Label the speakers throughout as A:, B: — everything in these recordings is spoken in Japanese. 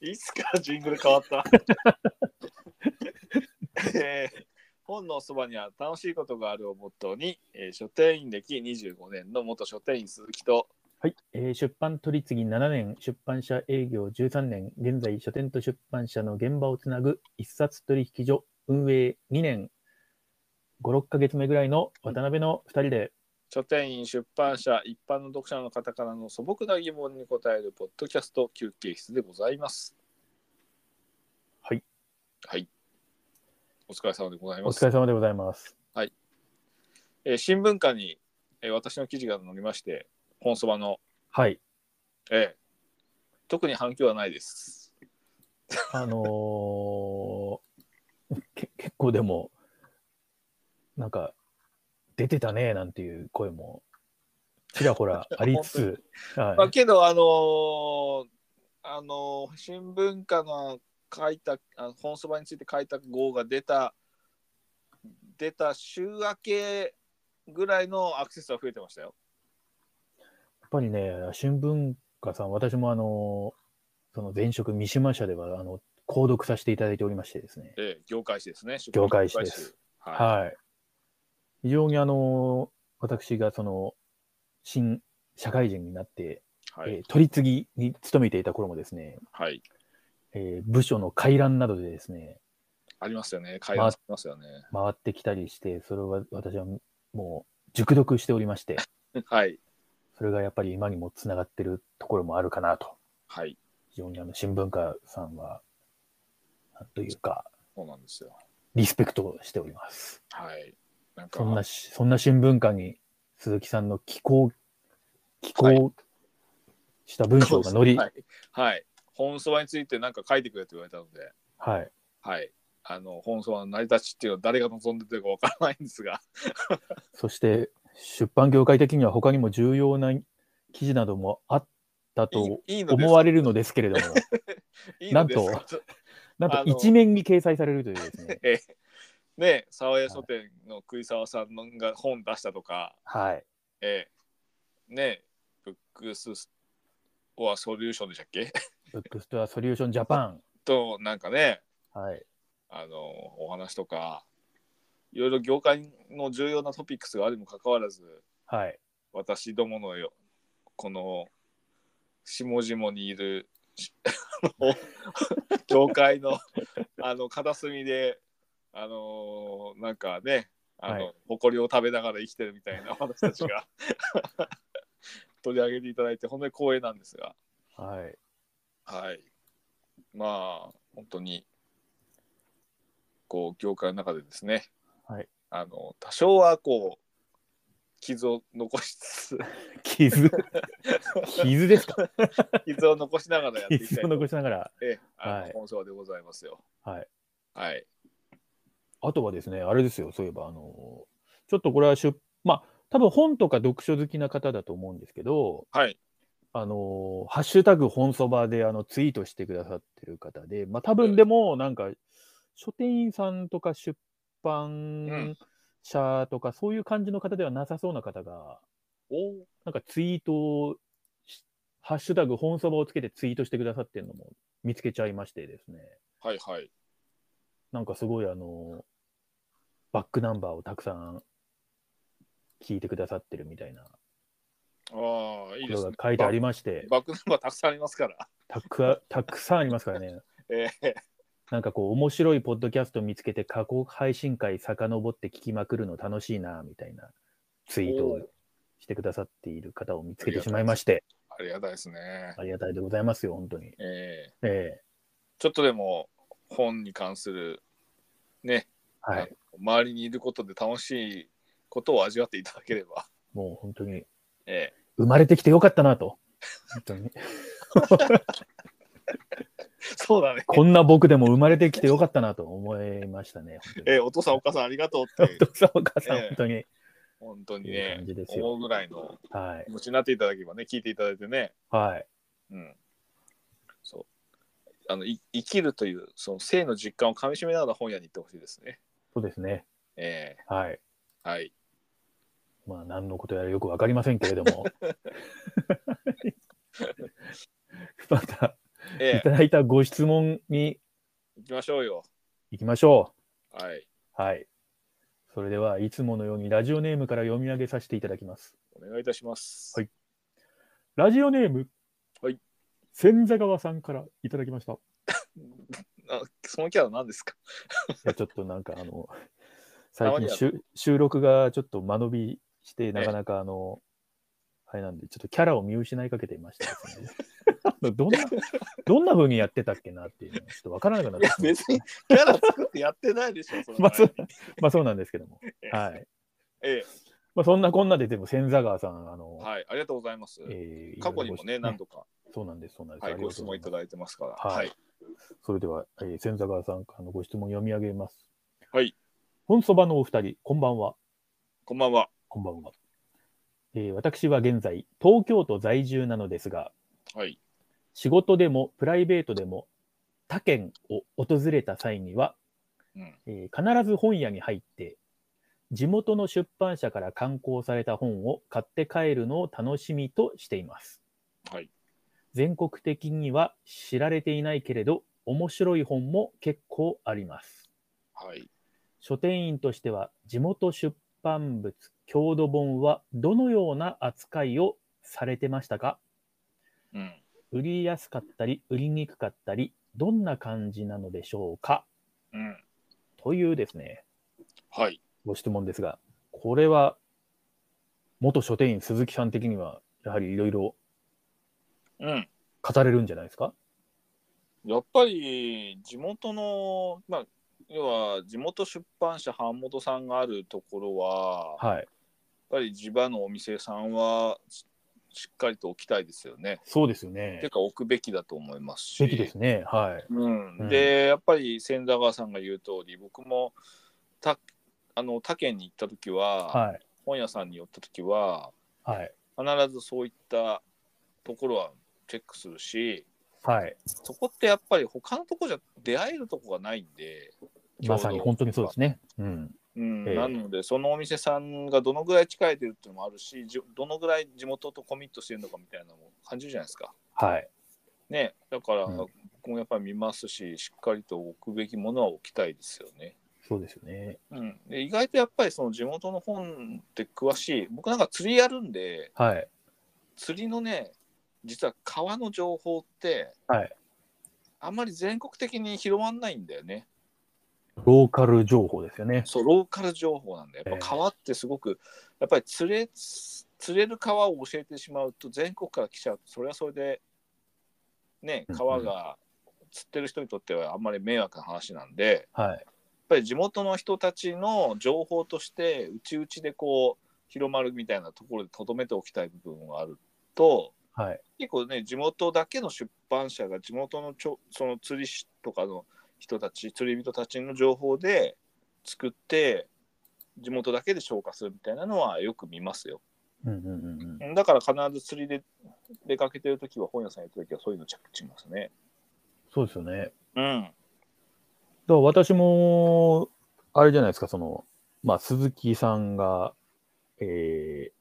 A: いつからジングル変わった えー本のそばには楽しいことがあるをモットーに、えー書店員歴25年の元書店員鈴木と、
B: はい、えー出版取り次ぎ7年、出版社営業13年、現在書店と出版社の現場をつなぐ一冊取引所運営2年、5、6ヶ月目ぐらいの渡辺の2人で、
A: 書店員、出版社、一般の読者の方からの素朴な疑問に答えるポッドキャスト休憩室でございます。
B: はい。
A: はい。お疲れ様でござい
B: お
A: ます。
B: 疲れ様でございます。
A: えー新聞館に、えー私の記事が載りまして、本そばの、
B: はい、
A: えー特に反響はないです。
B: あのーけ結構でも、なんか、出てたねなんていう声も、ちらほらありつつ、
A: ま
B: は
A: あ、けど、あのーあのー新聞館の書いた、あの本そばについて書いた号が出た、出た週明けぐらいのアクセスは増えてましたよ。
B: やっぱりね、新聞家さん、私もあの、その前職三島社では、あの、購読させていただいておりましてですね。
A: ええ、業界誌ですね。
B: 業界誌です
A: 出版業界誌。はい。
B: はい。非常にあの、私がその、新社会人になって、
A: はい
B: えー。取り次ぎに勤めていた頃もですね、
A: はい。
B: えー部署の回覧などでですね、
A: ありますよね。会話ありますよね。
B: 回ってきたりして、それは私はもう熟読しておりまして、
A: はい。
B: それがやっぱり今にもつながってるところもあるかなと。
A: はい。
B: 非常にあの、新聞家さんは、なんというか、
A: そうなんですよ。
B: リスペクトしております。
A: はい。なんか、
B: そんなし、そんな新聞館に鈴木さんの寄稿、寄稿した文章が
A: 乗
B: 載り、
A: は。
B: はい
A: はい。本そばについてなんか書いてくれって言われたので、
B: い、
A: はい。あの、本そばの成り立ちっていうのは誰が望んでてるかわからないんですが、
B: そして出版業界的には他にも重要な記事などもあったと
A: いいいいのです
B: 思われるのですけれど も、
A: いいのです
B: なんなん
A: あ
B: と
A: の、
B: 一面に掲載されるというですね
A: ええね、沢屋書店の栗沢さんのが本出したとか、
B: はい、
A: ええね、ブックスオアソリューションでしたっけ
B: ブックストアソリューションジャパ
A: と、なんかね、
B: ン、はい、
A: あのお話とかいろいろ業界の重要なトピックスがあるにもかかわらず
B: はい、
A: 私どものよこの下々にいる しあの業界のあの片隅であのなんかねあの、
B: は
A: 誇りを食べながら生きてるみたいな私たちが 取り上げていただいて本当に光栄なんですが
B: はい、
A: はい。まあ、本当に、こう、業界の中でですね、
B: はい、
A: あの、多少はこう、傷を残しつつ、
B: 傷、傷ですか、
A: 傷を残しながらやっていきたい
B: 傷を残
A: と、
B: しながら、
A: ええ、あの
B: はい
A: 本性でございますよ。
B: はい。
A: はい。
B: あとはですね、あれですよ、そういえば、あの、ちょっとこれは出、まあ、多分本とか読書好きな方だと思うんですけど、
A: はい。
B: あの、ハッシュタグ本そばであのツイートしてくださってる方で、まあ、多分でも、なんか、書店員さんとか出版社とか、そういう感じの方ではなさそうな方が、
A: お
B: なんかツイートをし、ハッシュタグ本そばをつけてツイートしてくださってるのも見つけちゃいましてですね。
A: はいはい。
B: なんかすごいあの、バックナンバーをたくさん聞いてくださってるみたいなこ
A: ああ、いいで
B: と
A: す
B: が
A: ね。
B: 書いてあり
A: ま
B: まして、
A: バックナンバーたくさんありますから。
B: たくたくさんありますからね。
A: ええ
B: なんかこう面白いポッドキャスト見つけて過去配信会遡って聞きまくるの楽しいなみたいなツイートをしてくださっている方を見つけてしまいまして、
A: ありがたいですね。
B: ありがたいでございますよ、本当に。
A: ええ
B: ええ
A: ちょっとでも、本に関する、ね、
B: は
A: あの
B: い。
A: 周りにいることで楽しいことを味わっていただければ、
B: もう本当に
A: ええ
B: 生まれてきてよかったなと。本当に。
A: そうだね。
B: こんな僕でも生まれてきてよかったなと思いましたね。本当に
A: えーお父さんお母さんありがとうって
B: お、父さんお母さん、
A: ええ
B: 本当に。
A: 本当に
B: いい
A: ね
B: 感じで、すよ
A: 思うぐらいの
B: はい
A: 気。持ちになっていただければね、聞いていただいてね、
B: はい。
A: うん。そう。あの、い生きるという、その生の実感をかみしめながら本屋に行ってほしいですね。
B: そうですね。
A: え
B: はい。
A: えはい。
B: まあ、何のことやらよくわ かりませんけれども。また、い
A: ええ
B: ただいたご質問に
A: 行きましょうよ。
B: 行きましょ
A: はい。
B: う。はい。それでは、いつものようにラジオネームから読み上げさせていただきます。
A: お願いいたします。
B: はいラジオネーム、
A: はい。
B: 千座川さんからいただきました。い
A: あそのキャラ何ですか
B: や、ちょっとなんか、あの、最
A: たまに
B: 近
A: は
B: 収収録がちょっと間延びして、なかなかあの、あれなんで、ちょっとキャラを見失いかけていましたですね。 あのどんな、どんな風にやってたっけなっていうのがちょっとわからなくなっ
A: い
B: て
A: や
B: し、まいま
A: 別
B: し
A: に
B: た
A: キャラ作ってやってないでしょ、それ
B: まあそうまあそうなんですけども。はい。
A: ええ、
B: まあそんなこんなで、でも千座川さん、あの、
A: はい、ありがとうございます。
B: えー
A: 過去にもね、何
B: 度。
A: 度か、
B: そうなんです、そうなんです。
A: はい、
B: ありが
A: ご
B: と
A: 質
B: うご
A: 問
B: ざ
A: い
B: いま
A: ただ
B: す
A: いてますから。
B: は
A: はいい。
B: それでは、えー、千座川さんからのご質問を読み上げます。
A: はい、
B: 本そばのお二人、こんばんは。
A: こんばんは。
B: こんばんは。えー私は現在、東京都在住なのですが、
A: はい。
B: 仕事でもプライベートでも他県を訪れた際には、
A: うん
B: えー必ず本屋に入って、地元の出版社から刊行された本を買って帰るのを楽しみとしています。
A: はい。
B: 全国的には知られていないけれど、面白い本も結構あります。
A: はい。
B: 書店員としては、地元出版物、郷土本はどのような扱いをされてましたか
A: うん。
B: 売りやすかったり、売りにくかったり、どんな感じなのでしょうか
A: うん。
B: というですね、
A: はい。
B: ご質問ですが、これは、元書店員鈴木さん的には、やはりいろいろ
A: うん。
B: 語れるんじゃないですか
A: やっぱり地元の、まあ、要は地元出版社版元さんがあるところは、やっ
B: はい。
A: ぱり地場のお店さんはししっかりと置きたいですよね。
B: そうですよ
A: てい
B: ね
A: う。か置くべきだと思いますし。
B: べきですね。はい。
A: う
B: うん
A: ん、でやっぱり千田川さんが言う通り僕もたあの他県に行った時は、
B: はい。
A: 本屋さんに寄った時は
B: はい。
A: 必ずそういったところはチェックするし
B: はい。
A: そこってやっぱり他のとこじゃ出会えるとこがないんで
B: まさに本当にそうです
A: ね、
B: ね。うん。
A: うん
B: ええ
A: なのでそのお店さんがどのぐらい近いでるっていうのもあるしじどのぐらい地元とコミットしてるのかみたいなのも感じるじゃないですか。
B: はい。
A: ね、だから、
B: うん
A: 僕もやっぱり見ますししっかりと置くべきものは置きたいですよね。
B: そうですよね。
A: うん、で意外とやっぱりその地元の本って詳しい僕なんか釣りやるんで
B: はい。
A: 釣りのね実は川の情報って、
B: はい
A: あんまり全国的に広まんないんだよね
B: ローカル情報ですよね。
A: そうローカル情報なんだよやっぱ川ってすごく、やっぱり釣れ釣れる川を教えてしまうと全国から来ちゃうとそれはそれでね
B: うんうん
A: 川が釣ってる人にとってはあんまり迷惑な話なんで、
B: はい。
A: やっぱり地元の人たちの情報としてうちうちでこう広まるみたいなところでとどめておきたい部分があると
B: はい。
A: 結構ね地元だけの出版社が地元のちょその釣り師とかの人たち釣り人たちの情報で作って地元だけで消化するみたいなのはよく見ますよ
B: うんうんうんうん。
A: だから必ず釣りで出かけてる時は本屋さん行く時はそういうの着地しますね
B: そうですよね。だか
A: うん
B: ら私も、あれじゃないですか、その、まあ、鈴木さんが、えー、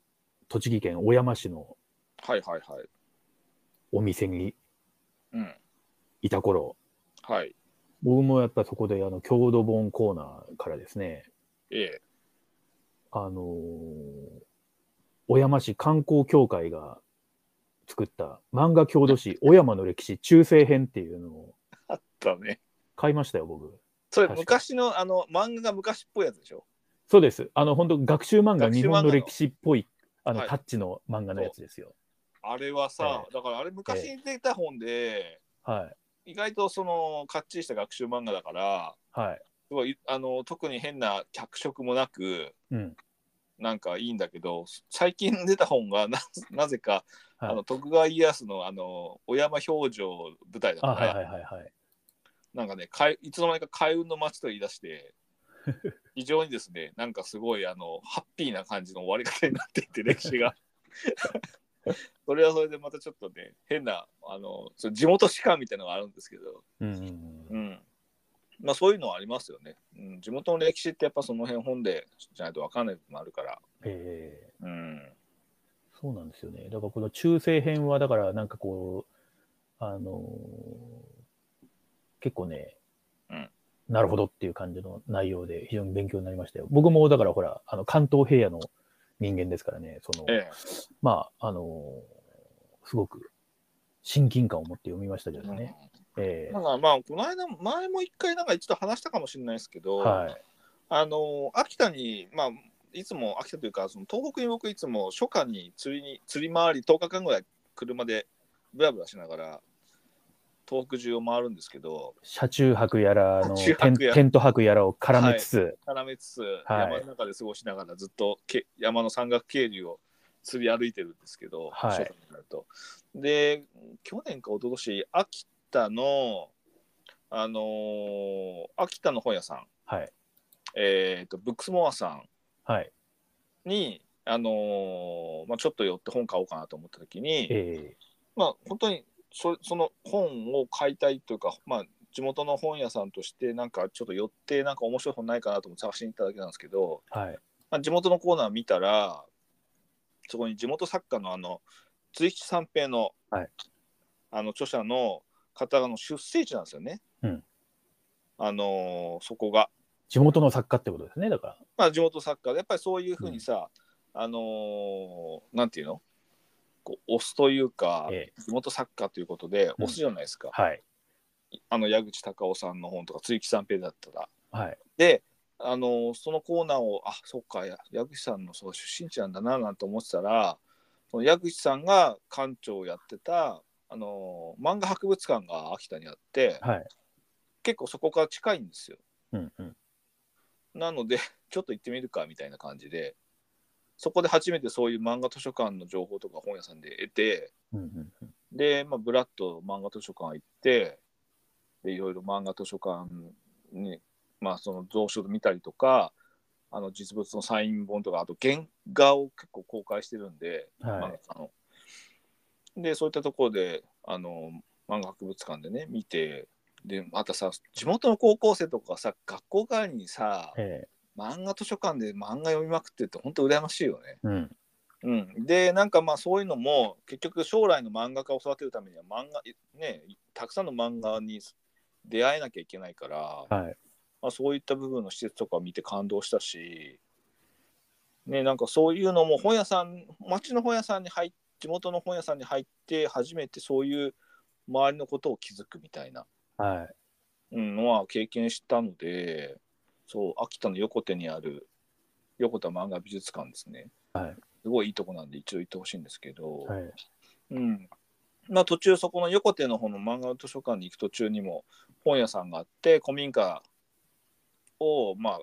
B: 栃木県小山市の
A: はいはいはい
B: お店に
A: うん
B: いた頃、
A: はい
B: 僕もやっぱそこで、あの、郷土本コーナーからですね、
A: ええ
B: あのー小山市観光協会が作った漫画郷土史、小山の歴史中世編っていうのを
A: あったね
B: 買いましたよ、僕。
A: それ
B: 確かに
A: 昔のあの漫画が昔っぽいやつでしょ
B: そうです。あの、本当学習漫画、
A: 学習漫画の
B: 日本の歴史っぽい、あの、
A: はい
B: タッチの漫画のやつですよ。
A: あれはさ、
B: え
A: だからあれ昔に出た本で、
B: はい。
A: 意外とそのかっちりした学習漫画だから
B: はい。
A: すごいあの特に変な脚色もなく
B: うん。
A: なんかいいんだけど最近出た本がななぜか、
B: はい
A: あの徳川家康のあの小山表情舞台だ
B: あ、
A: から、
B: はいはいはいはい。
A: なんかねかいいつの間にか開運の街と言い出して 非常にですねなんかすごいあのハッピーな感じの終わり方になっていて歴史 がそれはそれでまたちょっとね変なあのその地元史観みたいなのがあるんですけど、
B: うんうんうん。
A: うんまあ、そういうのはありますよね、うん、地元の歴史ってやっぱその辺本でじゃないと分かんない部分もあるから、
B: え
A: うん、
B: ーそうなんですよね。だから、この中世編は、だから、なんかこう、あのー結構ね、
A: うん
B: なるほどっていう感じの内容で非常に勉強になりましたよ。僕もだからほら、あの関東平野の人間ですからね、その、
A: え
B: まあ、あのーすごく親近感を持って読みましたけ
A: え。
B: どね。ええ
A: なんかまあ、この間、前も一回なんか一度話したかもしれないですけど、
B: はい。
A: あの秋田に、まあ、いつも秋田というかその東北に僕いつも初夏に釣りに釣り回り10日間ぐらい車でブラブラしながら東北中を回るんですけど
B: 車中泊やらの
A: 車中
B: テン
A: 泊や
B: テント泊やらを絡めつつ、
A: 絡めつつ
B: はい
A: 山の中で過ごしながらずっとけ山の山岳渓流を釣り歩いてるんですけど、
B: はい
A: 初夏になるとで去年か一昨年秋田のあのー秋田の本屋さん、
B: はい、
A: えー、とブックスモアさん
B: はい、
A: に、あのーまあ、ちょっと寄って本買おうかなと思った時に、
B: ええ
A: まあ、本当にそその本を買いたいというか、まあ、地元の本屋さんとしてなんかちょっと寄ってなんか面白い本ないかなと思って探しに行っただけなんですけど、
B: はい、
A: まあ、地元のコーナー見たらそこに地元作家のあの随吉三平の,、
B: はい
A: あの著者の方の出生地なんですよね。
B: うん
A: あのーそこが
B: 地元の作家ってことですね、だか
A: まあ、地元作家でやっぱりそういうふうにさ、あのーなんていうのこう押すというか、
B: ら。ええ
A: 地元作家ということで
B: うん
A: 押すじゃないですか、
B: はい、
A: あの矢口隆夫さんの本とか露木三平だったら。
B: はい、
A: で、あのーそのコーナーをあそっかや矢口さんのそう出身地なんだななんて思ってたらその矢口さんが館長をやってた、あのー漫画博物館が秋田にあって
B: はい、
A: 結構そこから近いんですよ。
B: うん、うん。
A: なので、 ちょっと行ってみるかみたいな感じで、そこで初めてそういう漫画図書館の情報とか本屋さんで得て、
B: うんうんうん
A: で、まあ、ブラッと漫画図書館行って、で、いろいろ漫画図書館に、まあ、その蔵書見たりとか、あの実物のサイン本とか、あと原画を結構公開してるんで、
B: は
A: 漫
B: い
A: 画、家の。で、そういったところで、あの、漫画博物館でね、見て、で、またさ、地元の高校生とかさ、学校帰りにさ、
B: ええ
A: 漫画図書館で漫画読みまくってって本当羨ましいよね。
B: うん、
A: うん、でなんかまあそういうのも結局将来の漫画家を育てるためには漫画いねたくさんの漫画に出会えなきゃいけないから、
B: はい、
A: まあ、そういった部分の施設とか見て感動したし、ね、なんかそういうのも本屋さん町の本屋さんに入っ地元の本屋さんに入って初めてそういう周りのことを気づくみたいな
B: はい。
A: うん、のは経験したので、そう、秋田の横手にある横田漫画美術館ですね。
B: はい
A: すごいいいとこなんで一応行ってほしいんですけど、
B: はい、
A: うん。まあ途中そこの横手の方の漫画の図書館に行く途中にも本屋さんがあって、古民家を、まあ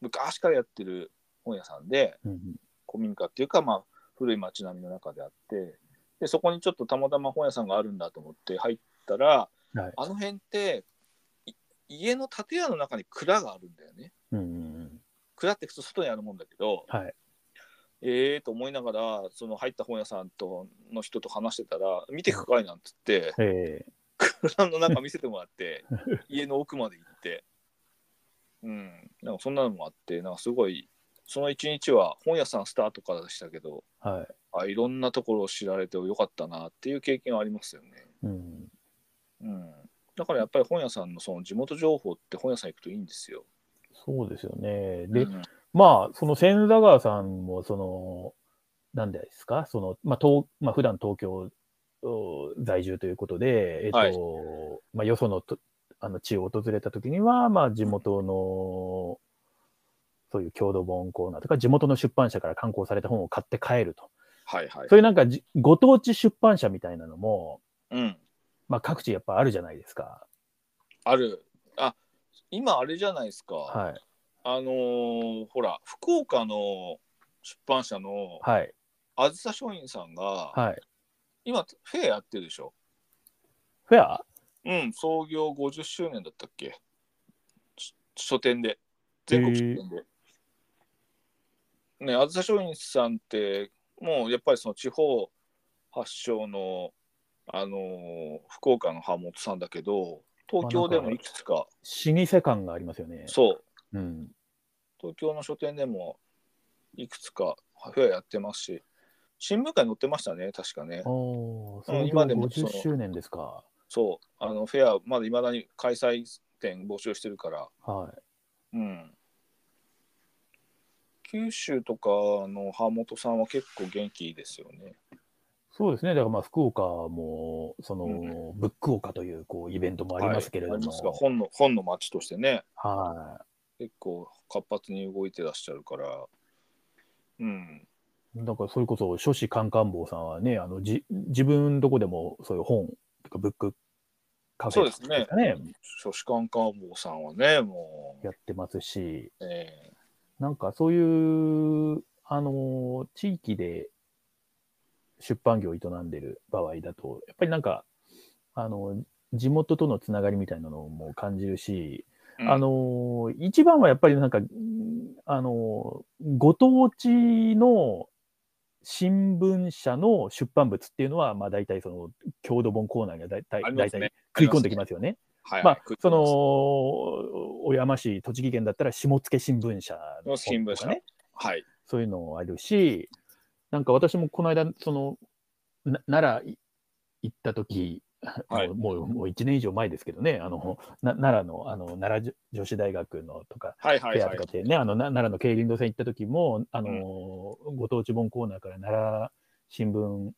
A: 昔からやってる本屋さんで、
B: うんうん
A: 古民家っていうか、まあ、古い町並みの中であってでそこにちょっとたまたま本屋さんがあるんだと思って入ったら、
B: はい
A: あの辺ってい家の建屋の中に蔵があるんだよね
B: うんうんうん、
A: 蔵って普通外にあるもんだけど、
B: はい、
A: ええと思いながらその入った本屋さんとの人と話してたら「見てくかい?」なんつ って
B: ええ
A: 蔵の中見せてもらって 家の奥まで行ってうんなんかそんなのもあってなんかすごいその一日は本屋さんスタートからでしたけど
B: はい、
A: あいろんなところを知られてよかったなっていう経験はありますよね。
B: うん、
A: うん、だからやっぱり本屋さんのその地元情報って本屋さん行くといいんですよ。
B: そうですよね。で、
A: うん
B: まあ、その千座川さんも、その、なんでですか、その、まあ、東まあ、普段東京お在住ということで、えっと、
A: はい
B: まあ、よそのとあの地を訪れたときには、まあ、地元の、そういう郷土本コーナーとか、地元の出版社から刊行された本を買って帰ると。
A: はいはい。
B: そういうなんかじ、ご当地出版社みたいなのも、
A: うん、
B: まあ、各地やっぱあるじゃないですか。
A: ある。あ今あれじゃないですか。
B: はい。
A: あのーほら福岡の出版社の
B: はい。
A: あずさ書院さんが、
B: はい。
A: 今フェアやってるでしょ。
B: フェア
A: うん創業50周年だったっけし書店で全国書店で。ねあずさ書院さんってもうやっぱりその地方発祥の、あのー福岡の版元さんだけど東京でもいくつか
B: 老舗感がありますよね。
A: そう
B: うん。
A: 東京の書店でもいくつかフェアやってますし新聞会に載ってましたね確かね。
B: おお、
A: うん
B: 創業
A: 今でもその
B: 50周年ですか。
A: そう、あのフェア、まだいまだに開催店募集してるから、
B: はい。
A: うん。九州とかの版元さんは結構元気ですよね。
B: そうですね。だからまあ、福岡も、その、
A: う
B: ブックオカという、こう、イベントもありますけれど
A: はいあり
B: も。
A: ますが本の、本の街としてね、
B: は
A: 結構活発に動いてらっしゃるから、うん。
B: い。だから、それこそ、書士官官房さんはね、あの、じ、自分のとこでも、そういう本、とかブックカフェとか
A: そうです
B: ね、
A: 書士官官房さんはね、も
B: やってますし、
A: う、え
B: なんかそういう、あのー地域で出版業を営んでる場合だと、やっぱりなんか、あの地元とのつながりみたいなのも感じるし、
A: えうん
B: あのー一番はやっぱりなんか、うんあのーご当地の新聞社の出版物っていうのは、まあ大体その、郷土本コーナーが大体、
A: ありま
B: 大
A: すね
B: 体食い込んできますよね。
A: はい、
B: まあ
A: 食い、込
B: そ
A: みます
B: の、小山市、栃木県だったら、下野新聞社の
A: 新聞
B: と
A: 社
B: かね、
A: はい。
B: そういうのもあるし、なんか私もこの間、その、な奈良い行った時、
A: はい
B: もうもうもう1年以上前ですけどね、あのな奈良のあの奈良女子大学のとか、
A: はい
B: フ
A: はい
B: ェ
A: は
B: アと
A: い
B: か。ってね、あのな奈良の競輪堂さん行った時も、あのーご当地本コーナーから奈良新聞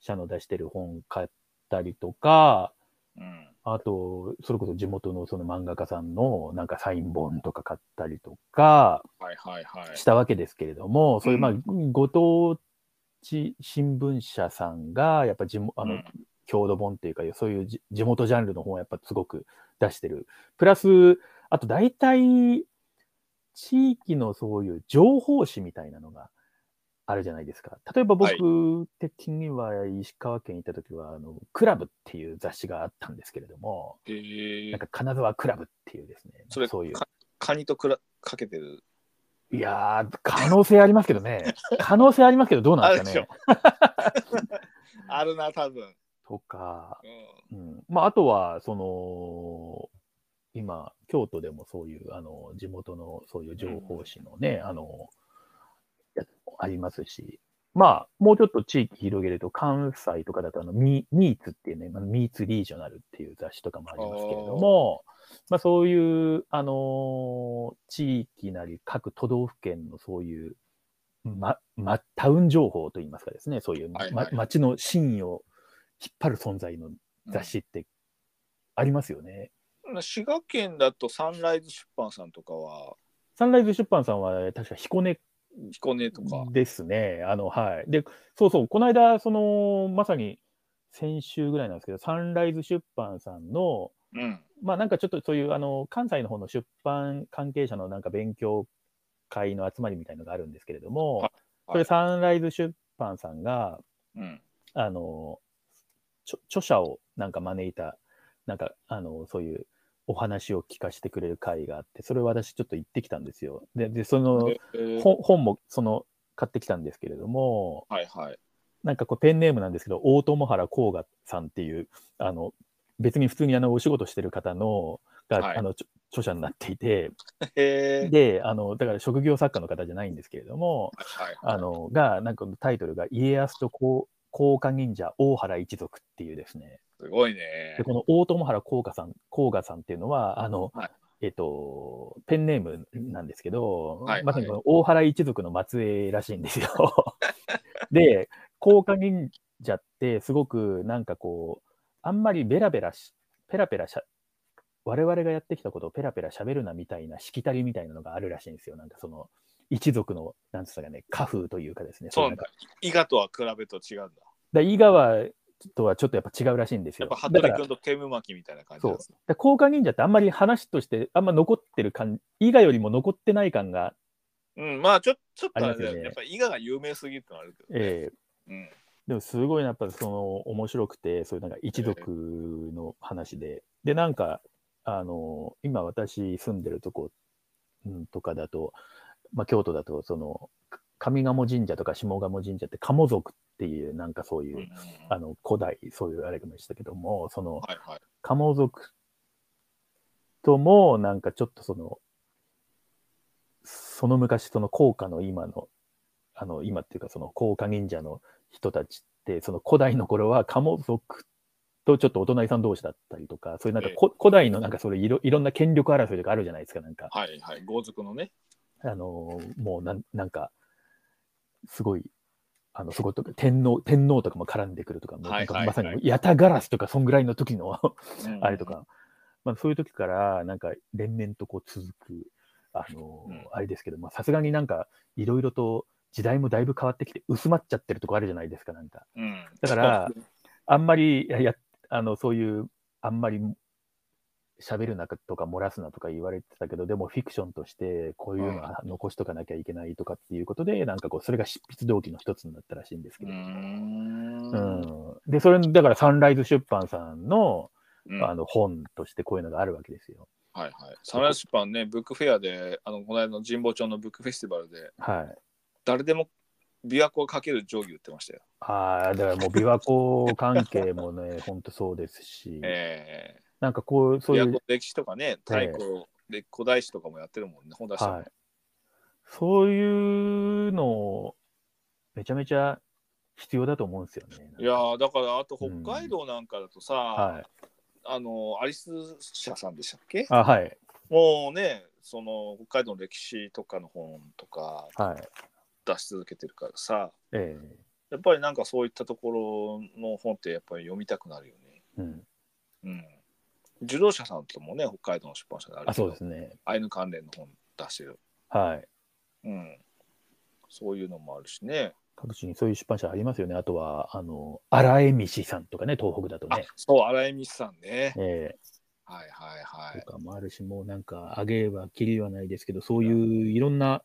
B: 社の出してる本買ったりとか、
A: うん。
B: あと、それこそ地元のその漫画家さんのなんかサイン本とか買ったりとか
A: はいはいはい
B: し。たわけですけれども、そういうまあ
A: う
B: ご当地新聞社さんが、やっぱ地もあ
A: う
B: の
A: ん、
B: 郷土本っていうか、そういうじ地元ジャンルの本をやっぱすごく出してる。プラス、あと大体、地域のそういう情報誌みたいなのがあるじゃないですか。例えば
A: はい
B: 僕的には石川県にいた時は、あの、クラブっていう雑誌があったんですけれども、
A: えー
B: なんか金沢クラブっていうですね、
A: それ
B: そういう。
A: かカニとくらかけてる。
B: いやー、可能性ありますけどね。可能性ありますけど、どうなんですかね。
A: あるな、多分。
B: とか、
A: うん
B: うん。まあ、あとは、その、今、京都でもそういう、あの、地元のそういう情報誌のね、あの、やつもありますし、まあ、もうちょっと地域広げると、関西とかだと、あの、ミミーツっていうね、まあミーツリージョナルっていう雑誌とかもありますけれども、まあ、そういう、あのー地域なり各都道府県のそういう、ま、ま、タウン情報といいますかですね、そういう、
A: はい
B: ま
A: はい、
B: 街の真意を引っ張る存在の雑誌ってありますよね。
A: うん滋賀県だとサンライズ出版さんとかは
B: サンライズ出版さんは確か彦根
A: 彦根とか、
B: ですね。あの、はい。で、そうそう、この間、その、まさに先週ぐらいなんですけど、サンライズ出版さんの、
A: うん、
B: まあなんかちょっとそういう、あの、関西の方の出版関係者のなんか勉強会の集まりみたいのがあるんですけれども
A: は、
B: それサンライズ出版さんが、
A: うん、
B: あの、ちょ著者をなんか招いた、なんか、あの、そういうお話を聞かせてくれる会があって、それ私ちょっと行ってきたんですよ。で、で、その
A: え、ー
B: 本本もその、買ってきたんですけれども、
A: はいはい
B: なんかこうペンネームなんですけど、大友原光賀さんっていう、あの、別に普通にあの、お仕事してる方の、が、
A: はい
B: あの、著著者になっていて、
A: へー
B: で、あの、だから職業作家の方じゃないんですけれども、
A: はいはい
B: あの、が、なんかタイトルが家康と甲賀忍者大原一族っていうですね。
A: すごいね
B: で、この大友原甲賀さん、甲賀さんっていうのは、あの、
A: はい
B: えっと、ペンネームなんですけど、
A: はい
B: まさにこの大原一族の末裔らしいんですよ。 で、甲賀忍者ってすごくなんかこう、あんまりベラベラし、ペラペラしゃ、我々がやってきたことをペラペラ喋るなみたいなしきたりみたいなのがあるらしいんですよ。なんかその、一族の、なんつったかね、家風というかですね。
A: そう
B: い
A: なん
B: の
A: だ伊賀とは比べと違うんだ
B: だ伊賀はとはちょっとやっぱ違うらしいんです
A: やっ
B: よ。
A: ぱ
B: だ
A: 服
B: か
A: 部
B: ら
A: 君と煙巻きみたいな感じなんですね
B: だ甲賀忍者ってあんまり話としてあんま残ってる感伊賀よりも残ってない感が、
A: うんまあちょちょっとあれだよ
B: ありますよ
A: ね
B: ね
A: やっぱ伊賀が有名すぎるってのはあるけど、
B: ええ
A: うん、
B: でもすごいやっぱりその面白くてそういうなんか一族の話で、でなんかあの今私住んでるとこ、うん、とかだと、まあ、京都だとその上賀茂神社とか下鴨神社って鴨族っていうなんかそういう、
A: うんうんうん
B: あの古代そういうあれがましたけどもその、
A: はいはい
B: カモ族とも、なんかちょっとその、その昔、その高家の今の、あの、今っていうかその高家忍者の人たちって、その古代の頃はカモ族とちょっとお隣さん同士だったりとか、そういうなんかこ、古代のなんかそれいろいろんな権力争いとかあるじゃないですか、なんか、
A: はいはい、豪族のね。
B: あのーもうなんなんか、すごい、あのそことか天皇天皇とかも絡んでくるとか、もうなんか
A: はいはいはい
B: まさにヤタガラスとか、そんぐらいの時の
A: うん
B: あれと。か、まあ、そういう時から、なんか連綿とこう続く、あのー
A: うん
B: あれですけど、まあさすがになんか、いろいろと時代もだいぶ変わってきて、薄まっちゃってるとこあるじゃないですか、なんか。
A: うん、
B: だから、あんまり、いやいやあのそういう、あんまり喋るなとか漏らすなとか言われてたけど、でもフィクションとして、こういうのは残しとかなきゃいけないとかっていうことで、なんかこう、それが執筆動機の一つになったらしいんですけ
A: う
B: ど。
A: ん。
B: うんで、それ、だからサンライズ出版さんの
A: うん
B: あの本としてこういうのがあるわけですよ。
A: はいはい。サラヤ出版ね、ブックフェアで、あの、この間の神保町のブックフェスティバルで、
B: はい。
A: 誰でも琵琶湖をかける定規売ってましたよ。
B: ああ、だからもう琵琶湖関係も ね、ほんとそうですし、
A: ええ
B: なんかこう、そうい
A: 琵琶
B: う
A: 湖の、歴史とかね、太古、で古代史とかもやってるもんね、本出したもん
B: は
A: ね
B: い。そういうのをめちゃめちゃ必要だと思うんですよね。
A: いやーだからあと北海道なんかだとさ、
B: はい。
A: あのアリス社さんでしたっけ
B: あ、はい。
A: もうねその北海道の歴史とかの本とか
B: はい。
A: 出し続けてるからさ
B: え
A: やっぱりなんかそういったところの本ってやっぱり読みたくなるよね。
B: えうん。
A: うん。自動車さんともね北海道の出版社であるけ
B: あ、そう
A: ど
B: ですね。
A: アイヌ関連の本出してる。
B: はい。
A: うん。そういうのもあるしね。
B: 各地にそういう出版社ありますよね。あとは、あの、荒江道さんとかね、東北だと
A: あ
B: ね。
A: そう荒井美さんね。
B: ええ
A: はいはいはい。
B: とかもあるし、もうなんか、あげはきりはないですけど、そういういろんな、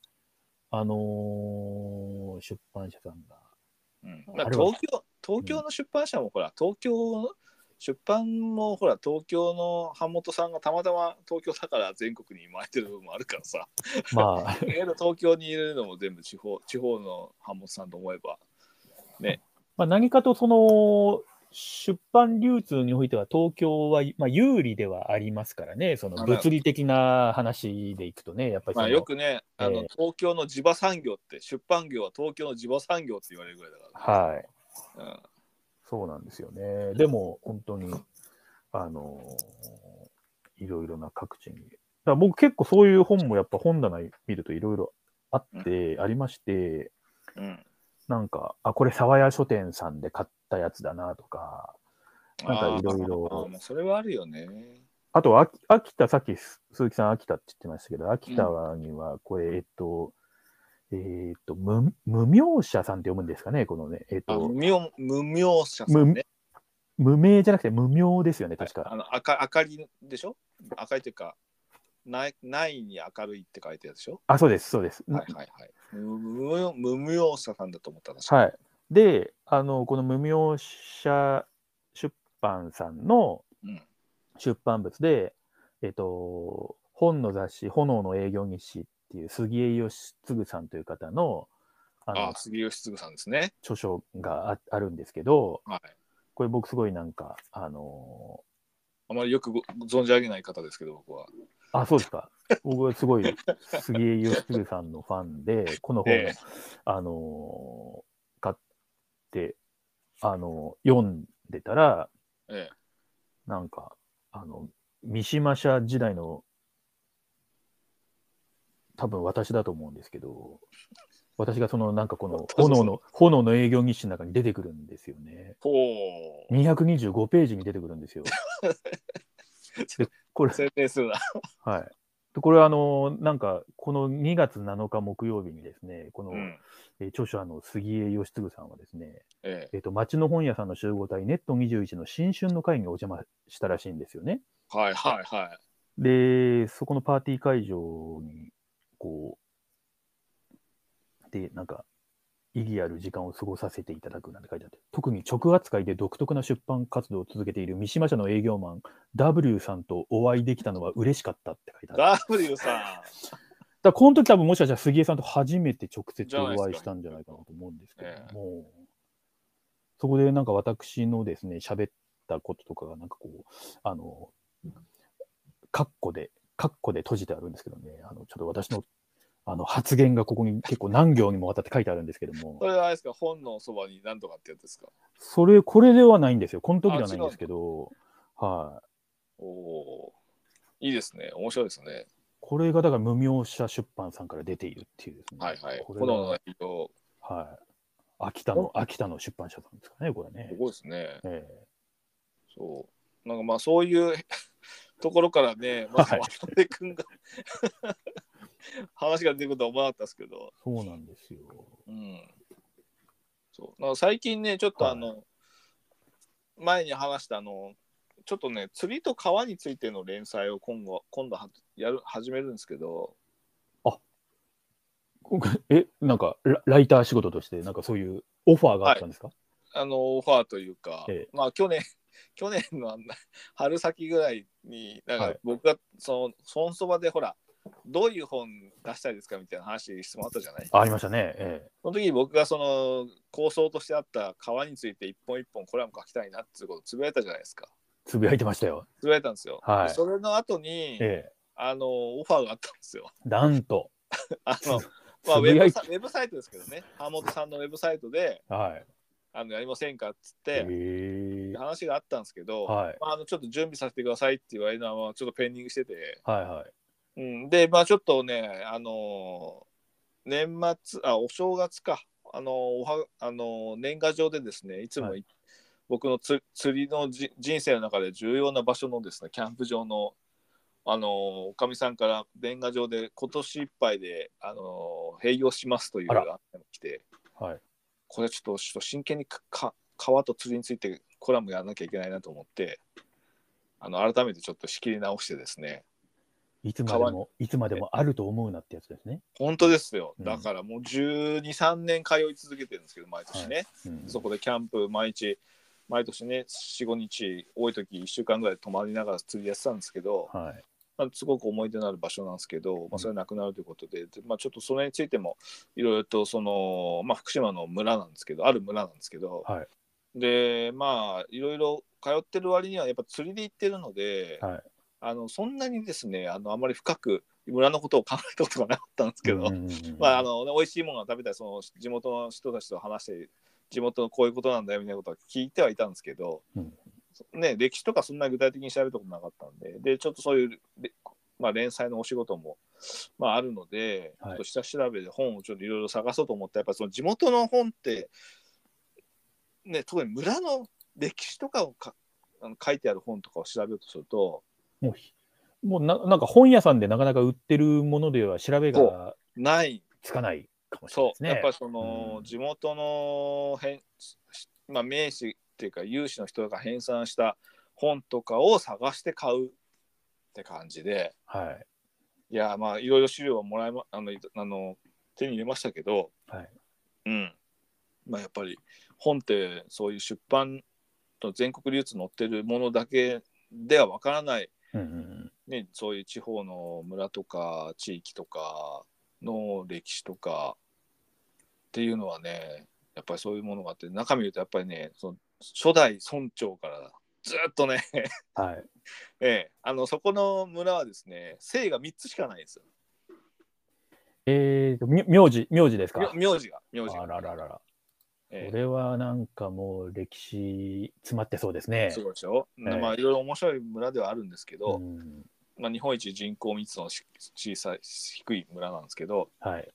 B: あのー出版社さんが。
A: うん
B: あ、
A: まあ
B: あれは
A: 東京東京の出版社もほら、東京出版もほら東京の版元さんがたまたま東京だから全国に巻いてる部分もあるから さ
B: まあ、
A: けど東京にいるのも全部地方地方の版元さんと思えば
B: まあ、何かとその出版流通においては東京は、まあ、有利ではありますからね、その物理的な話でいくとね、やっぱりそ
A: ま
B: の、
A: あよくね、あの
B: ええ
A: 東京の地場産業って出版業は東京の地場産業って言われるぐらいだか
B: はい、
A: ら、うん
B: そうなんですよね。でも本当に、あのいろいろな各地に。だから僕結構そういう本もやっぱ本棚見るといろいろあって、ありまして、
A: うん、
B: なんか、あ、これ沢屋書店さんで買ったやつだなとか、なんかいろいろ
A: あーまあそれはあるよね
B: あと秋、秋田、さっきす鈴木さん秋田って言ってましたけど、秋田はには、これ、えっと、えっと、無無名社さんって読むんですかね、このね、えっ
A: あ無
B: と、
A: 名無名者さんね
B: 無名じゃなくて無名ですよね、確
A: あ
B: か。
A: の赤明かりでしょ赤いっていうかないないに明るいって書いてあるでしょ
B: あ、そうです、そうです。
A: はいはいはい。無無無無用者さんだと思ったんです
B: はい。で、あの、この無名社出版さんの
A: うん
B: 出版物で、えっと、本の雑誌、炎の営業日誌っていう杉江義嗣さんという方の、あの
A: あ、杉吉嗣さんですね。
B: 著書がああるんですけど、
A: はい。
B: これ僕すごいなんか、あの
A: あまりよくご存じ上げない方ですけど、僕は。
B: ーあ、そうですか。僕はすごい杉江義嗣さんのファンで、この本、
A: ええ
B: あのー買って、あのー読んでたら、
A: ええ。
B: なんか、あの、三島社時代の、多分私だと思うんですけど、私がそのなんか この炎の、炎の営業日誌の中に出てくるんですよね。
A: ほう。
B: 225ページに出てくるん ですよ。でこれ、
A: 宣伝するな。
B: はい。でこれはあの、なんか、この2月7日木曜日にですね、この、
A: うん。
B: えー著者の杉江義嗣さんはですね、
A: ええ。
B: えっ、と、町の本屋さんの集合体、ネット21の新春の会にお邪魔したらしいんですよね。
A: はいはいはい。
B: で、そこのパーティー会場に、こう、で、なんか、意義ある時間を過ごさせていただくなんて書いてあって、特に直扱いで独特な出版活動を続けている三島社の営業マン W さんとお会いできたのは嬉しかったって書いてある。
A: W さ
B: だからこの時多分もしかしたら杉江さんと初めて直接お会いしたんじゃないかなと思うんですけど、
A: ええ
B: もうそこでなんか私のですね喋ったこととかがなんかこうあのカッコでカッコで閉じてあるんですけどねあのちょっと私のあの発言がここに結構何行にもわたって書いてあるんですけども
A: そ、れはあれですか、本のそばに何とかってやつですか。
B: それ、これではないんですよ。この時ではないんですけど、はい。
A: おおー。いいですね。面白いですね。
B: これがだから無名社出版さんから出ているっていうですね。
A: はいはい。
B: こ
A: こ
B: れ
A: の
B: は
A: 内容、
B: はい。秋田の、秋田の出版社さんですかね、これね
A: す。ごいですね。
B: え
A: そう。なんかまあそういう ところからね、まさ
B: はい
A: 渡辺君が 話が出てくるとは思わなかったですけど
B: え、そうなんですよ。
A: うん。そう。なんか最近ね、ちょっとあの、前に話したあの、ちょっとね、釣りと川についての連載を今後、今度はやる始めるんですけど、
B: 今回え、なんかラ、ライター仕事として、なんかそういうオファーがあったんですか、
A: あのオファーというか、
B: ええ
A: まあ去年 去年のあんな春先ぐらいになん
B: は
A: か
B: い
A: 僕がそのそんそばでほらどういう本出したいですかみたいな話質問あったじゃない
B: あありましたね。え
A: その時に僕がその構想としてあった川について一本一本コラム書きたいなっていうことをつぶやいたじゃないですか
B: え、つぶやいてましたよ。
A: つぶやいたんですよ、
B: はい
A: でそれの後に、
B: え
A: あのオファーがあったんです よ
B: え、なんと。
A: あ
B: つ
A: の、まあ、ウ
B: ぶ
A: ェ
B: や
A: ブ
B: い
A: サウェブサイトですけどね浜本さんのウェブサイトで
B: はい。
A: あのやりませんかっつっ
B: へ
A: て
B: え
A: 話があったんですけど、
B: はい。
A: まあ、あのちょっと準備させてくださいって言われるのは、ちょっとペンディングしてて、
B: はいはい。
A: うん、で、まあ、ちょっとね、あのー年末、あ、お正月か、あのーおはあのー年賀状でですね、いつもい、
B: は
A: 僕のつ釣りのじ人生の中で重要な場所のですね、キャンプ場の、あのーおかみさんから年賀状で、今年いっぱいで、あのー、閉業しますという
B: あら
A: 案内が来て、
B: はい。
A: これちょっとちょっと真剣にかか川と釣りについてコラムやらなきゃいけないなと思ってあの改めてちょっと仕切り直してですね
B: いつまでも、いつまでもあると思うなってやつですね。
A: 本当ですよ
B: うん
A: だからもう1 2 3年通い続けてるんですけど毎年ね、
B: うん、
A: そこでキャンプ毎日毎年ね45日多い時1週間ぐらい泊まりながら釣りやってたんですけど、
B: はい。
A: まあ、すごく思い出のある場所なんですけど、まあ、それがなくなるということで,で、まあ、ちょっとそれについてもいろいろとその、まあ、福島の村なんですけどある村なんですけど、
B: はい
A: でまあいろいろ通ってる割にはやっぱ釣りで行ってるので、
B: はい
A: あのそんなにですねあのあまり深く村のことを考えたことがなかったんですけど、
B: うんうんうんうん
A: まああのね美味しいものが食べたりその地元の人たちと話して地元のこういうことなんだよみたいなことは聞いてはいたんですけど、
B: うん
A: ね、歴史とかそんな具体的に調べたことなかったんででちょっとそういう、でまあ、連載のお仕事も、まあ、あるので、
B: はい
A: ちょっと下調べで本をちょっといろいろ探そうと思ったらやっぱその地元の本って、ね、特に村の歴史とかをかあの書いてある本とかを調べようとすると
B: もうひ、もうな、なんか本屋さんでなかなか売ってるものでは調べが
A: ない
B: つかないかもしれない
A: そ
B: です
A: う、
B: ね。
A: やっぱりその、
B: うん
A: 地元の編、まあ、名士っていうか有志の人が編纂した本とかを探して買うって感じで
B: は
A: い
B: い。
A: やまあいろいろ資料はもらえまあのいあの手に入れましたけど、
B: はい
A: うんまあ、やっぱり本ってそういう出版と全国流通載ってるものだけではわからない
B: うんうんうん
A: ね、そういう地方の村とか地域とかの歴史とかっていうのはねやっぱりそういうものがあって中見るとやっぱりねその初代村長からずっとね、
B: はい。
A: ええあのそこの村はですね姓が3つしかないんですよ
B: えっ、と、み名字、名字ですか
A: み名字が名字が
B: あらららら。
A: え
B: こ
A: え
B: れはなんかもう歴史詰まってそうですね
A: す。ごいでしょ、
B: ええ
A: まあいろいろ面白い村ではあるんですけど、
B: うん
A: まあ、日本一人口密度のし小さい低い村なんですけど、
B: はい。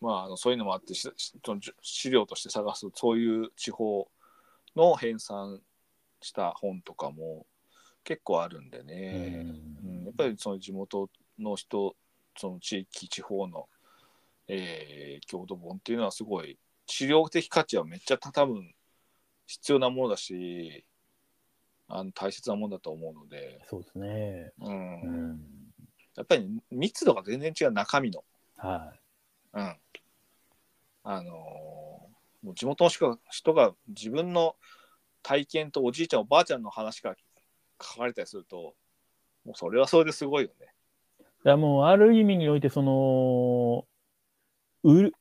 A: まあ、あのそういうのもあってししそのじ資料として探すそういう地方の編纂した本とかも結構あるんでね、うんやっぱりその地元の人その地域地方の、えー郷土本っていうのはすごい資料的価値はめっちゃ多分必要なものだしあの大切なものだと思うので、
B: そうですね。
A: うん
B: うん。
A: やっぱり密度が全然違う中身の。
B: は
A: うんあのーもう地元の人が人が自分の体験とおじいちゃんおばあちゃんの話が書かれたりするともうそれはそれですごいよね。
B: い。いやもうある意味において、その、売る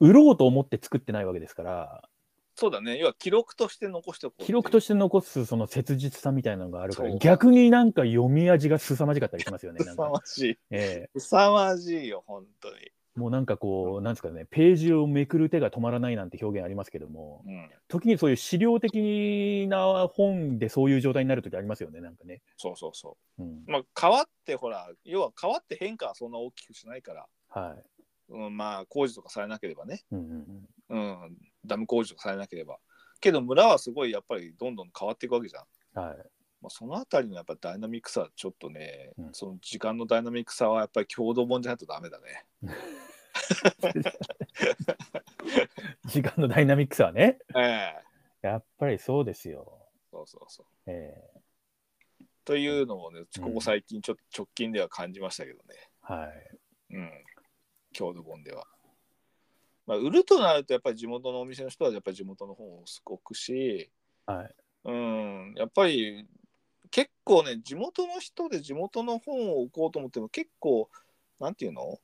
B: 売ろうと思って作ってないわけですから、
A: そうだね。要は記録として残しておこうっていう
B: 記録として残すその切実さみたいなのがあるから
A: そう
B: 逆になんか読み味が凄まじかったりしますよねな ん
A: 凄
B: か、
A: まじい。
B: え
A: 凄まじいよ、本当に。
B: えもうなんかこうなんですかねページをめくる手が止まらないなんて表現ありますけども
A: うん。
B: 時にそういう資料的な本でそういう状態になる時ありますよねなんかね、
A: そうそうそ
B: うん
A: う。まあ、川ってほら、要は川って変化はそんな大きくしないから、
B: はい
A: うん、まあ、工事とかされなければね、
B: うんうんうん、
A: うん、ダム工事とかされなければ。けど、村はすごいやっぱりどんどん変わっていくわけじゃん。
B: はい
A: まあ、そのあたりのやっぱダイナミックさはちょっとね、
B: うん
A: その時間のダイナミックさはやっぱり共同本じゃないとダメだね。
B: 時間のダイナミックさはね
A: ええ
B: やっぱりそうですよ、
A: そうそうそう。
B: え
A: というのをね、
B: うん
A: ここ最近ちょっと直近では感じましたけどね。
B: えはい
A: うん。郷土本では。まあ、売るとなると、やっぱり地元のお店の人は、やっぱり地元の本をすごくし、
B: はい
A: うん、やっぱり結構ね、地元の人で地元の本を置こうと思っても、結構、なんていうの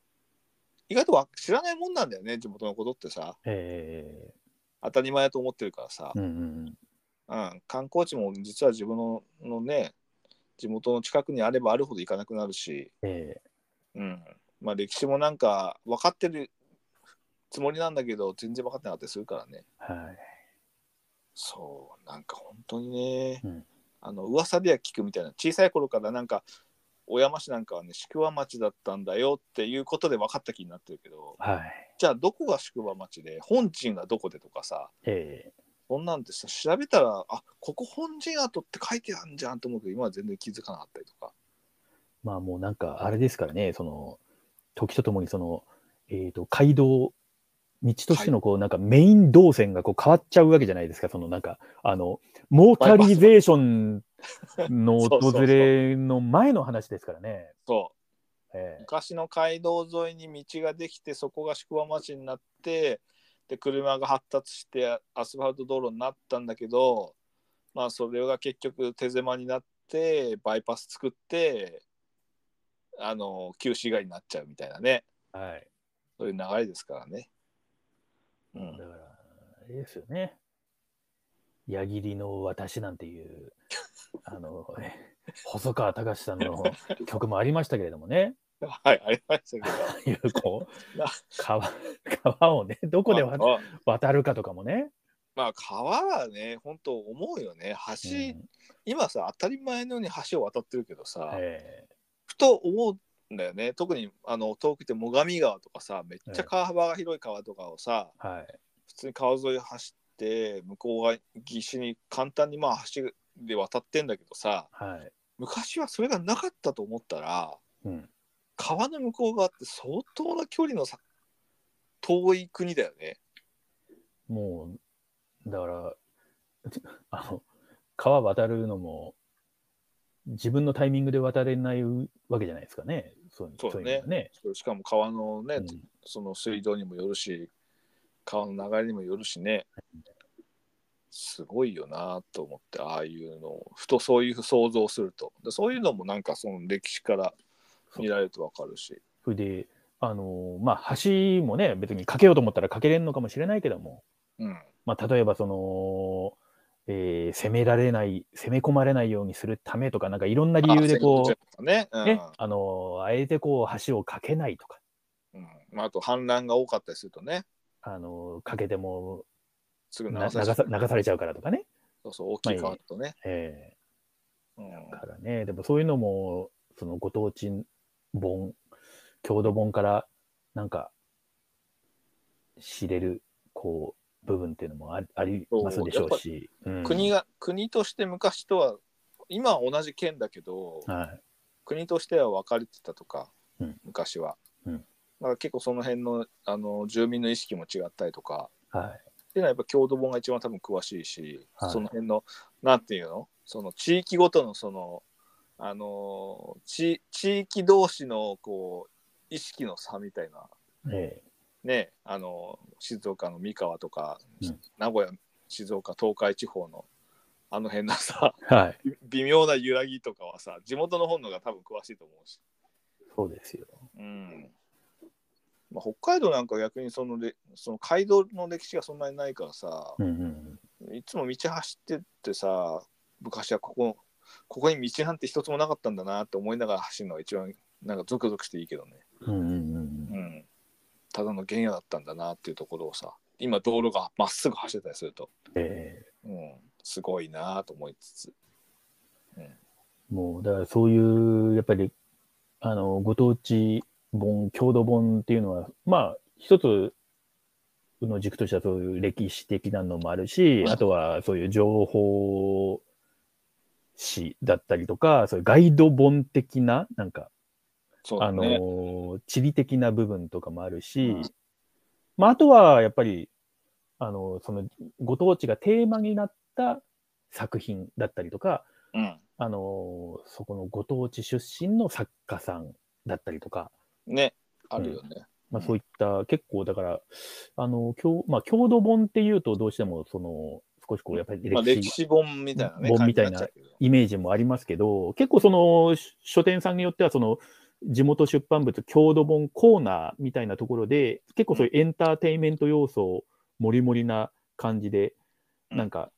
A: 意外とわ知らないもんなんだよね、地元のことってさ。
B: え
A: 当たり前だと思ってるからさ
B: え、うんうんうん
A: うん、観光地も実は自分ののね、地元の近くにあればあるほど行かなくなるし、
B: ええ
A: うん、まあ歴史もなんか分かってるつもりなんだけど全然分かってなかったりするからね
B: はい
A: そうなんか本当にね、
B: うん
A: あの噂では聞くみたいな小さい頃からなんか小山市なんかはね宿場町だったんだよっていうことで分かった気になってるけど
B: はい
A: じゃあどこが宿場町で本陣がどこでとかさ
B: え
A: そんなんてさ調べたらあここ本陣跡って書いてあるじゃんと思うけど今は全然気づかなかったりとか
B: えまあもうなんかあれですからねその時とともにそのえっ、と街道道としてのこうなんかメイン動線がこう変わっちゃうわけじゃないですか、そのなんかあのモータリゼーションの
A: そうそうそう
B: 訪れの前の話ですからね。
A: そう
B: ええ
A: 昔の街道沿いに道ができてそこが宿場町になってで車が発達してアスファルト道路になったんだけどまあそれが結局手狭になってバイパス作ってあの旧市街になっちゃうみたいなね
B: はい、
A: そういう流れですからね。う
B: だ
A: ん、
B: から、あれですよね。矢切の私なんていう、あの、細川隆さんの曲もありましたけれどもね、
A: はいありましたけど。
B: ああいうこ う
A: な、
B: 川、川をね、どこで
A: まあ
B: わ
A: まあ
B: 渡るかとかもね。
A: まあ川はね本当思うよね
B: う
A: 橋、
B: ん
A: 今さ当たり前のように橋を渡ってるけどさ、
B: え
A: ふと思うんだよね特にあの遠くて最上川とかさめっちゃ川幅が広い川とかをさ、
B: えはい。
A: 普通に川沿い走って向こうが岸に簡単にまあ橋で渡ってんだけどさ
B: はい。
A: 昔はそれがなかったと思ったら
B: うん。
A: 川の向こう側って相当な距離のさ遠い国だよね。
B: もう、だから、 あの、川渡るのも、自分のタイミングで渡れないわけじゃないですかね。そう
A: そう
B: そ
A: だ
B: う
A: ね
B: いうのはね。
A: しかも川のね、
B: うん
A: その水道にもよるし川の流れにもよるしねすごいよなと思ってああいうのをふとそういう想像をするとでそういうのもなんかその歴史から見られるとわかるし
B: それで、あのまあ、橋もね、別に架けようと思ったら架けれんのかもしれないけども、
A: うん
B: まあ、例えばその、えー攻められない、攻め込まれないようにするためとか、なんかいろんな理由でこ
A: うね、う
B: う、
A: ん
B: ね、あのあえてこう橋を架けないとか、
A: うんまあ、あと氾濫が多かったりするとね
B: あの架けても
A: すぐ流
B: な流
A: され
B: さ流されちゃうからとかね。
A: そうそう大きい川だとね、
B: え
A: うん
B: ーからね、でもそういうのも、そのご当地本、郷土本から、なんか、知れる、こう、部分っていうのもありありますでしょうし。うん
A: 国が国として昔とは今は同じ県だけど、
B: はい。
A: 国としては分かれてたとか、
B: うん
A: 昔は、
B: うん
A: だから結構その辺のあの住民の意識も違ったりとか
B: はい。
A: っていうのはやっぱ郷土本が一番多分詳しいし、
B: はい
A: その辺のなんていうのその地域ごとのそのあの地地域同士のこう意識の差みたいな
B: ええ
A: ねあの静岡の三河とか、
B: うん
A: 名古屋静岡東海地方のあの辺のさ
B: はい。
A: 微妙な揺らぎとかはさ地元の本能が多分詳しいと思うし。
B: そうですよ。
A: うんまあ、北海道なんか逆にそのれその街道の歴史がそんなにないからさ、
B: うんうん
A: いつも道走ってってさ昔はここここに道なんて一つもなかったんだなって思いながら走るのが一番なんかゾクゾクしていいけどね、
B: うんうんうん
A: うん、ただの原野だったんだなっていうところをさ今道路がまっすぐ走ってたりすると、
B: え
A: うん、すごいなと思いつつ
B: ーもうだからそういうやっぱりあのご当地本郷土本っていうのはまあ一つの軸としてはそういう歴史的なのもあるしあとはそういう情報誌だったりとかそういうガイド本的ななんか
A: そう
B: あ
A: だ
B: の
A: ね
B: ー地理的な部分とかもあるし、
A: うん
B: まあ、あとはやっぱり、あのーそのご当地がテーマになった作品だったりとか、あのーそこのご当地出身の作家さんだったりとか、
A: うんねあるよね、う
B: まあ、
A: ん
B: そういった結構だから、あのー郷まあ、郷土本っていうとどうしてもその少しこうやっぱり歴史,、
A: まあ、歴史本みたいなね
B: 本みたいな
A: 感じにっちゃうけど
B: イメージもありますけど、結構そのし書店さんによってはその地元出版物郷土本コーナーみたいなところで結構そういうエンターテインメント要素もりもりな感じで、
A: うん
B: なんか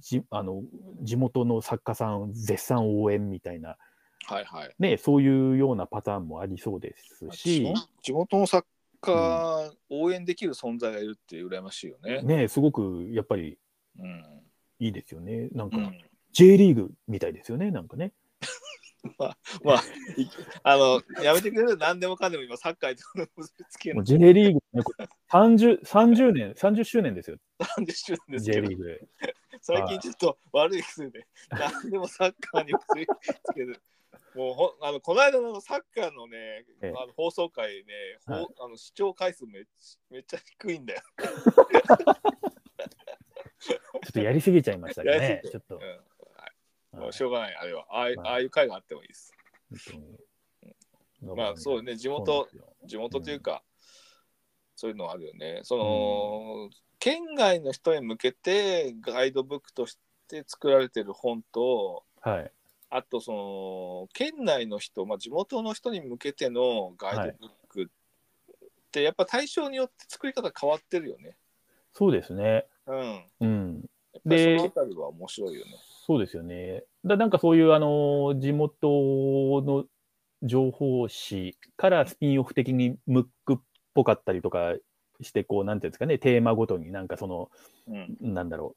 B: じあの地元の作家さん絶賛応援みたいな、
A: はいはい
B: ね、そういうようなパターンもありそうですし、
A: 地元の作家、応援できる存在がいるって羨ましいよね。
B: ね、すごくやっぱり
A: うん
B: いいですよねなん
A: う
B: か
A: ん
B: J リーグみたいですよねなんかね。
A: まあ、いあの、やめてくれる何でもかんでも今、サッカーと結びつけ
B: もう
A: る
B: J リーグ、ね、こ れ 30, 30年、30周年ですよ、
A: なんでしてるんです
B: J
A: けど
B: リー、グ。
A: 最近ちょっと悪い癖で、何でもサッカーに結びつける。もうほあのこの間のサッカーのね、
B: ええ
A: あの放送回ね、ほ
B: はい
A: あの視聴回数めっちめっちゃ低いんだよ。
B: ちょっとやりすぎちゃいました
A: やり
B: ね
A: す。ぎ
B: ちょっと
A: う。んも
B: はいう
A: しょうがない、あれは。ああいう
B: はい
A: ああいう回があってもいいです。まあそうね、地元、。地元というか、そういうのはあるよね。その、県外の人へ向けてガイドブックとして作られてる本と、
B: 本当ですよ
A: あとその県内の人、まあ、地元の人に向けてのガイドブックってやっぱ対象によって作り方変わってるよね。
B: そうですね。
A: うん。
B: うん。
A: やっぱり
B: で
A: そのあたりは面白いよね。
B: そうですよね。だなんかそういう、あのー、地元の情報誌からスピンオフ的にムックっぽかったりとかして、こう、なんていうんですかね、テーマごとになんかその、
A: うん。
B: なんだろう。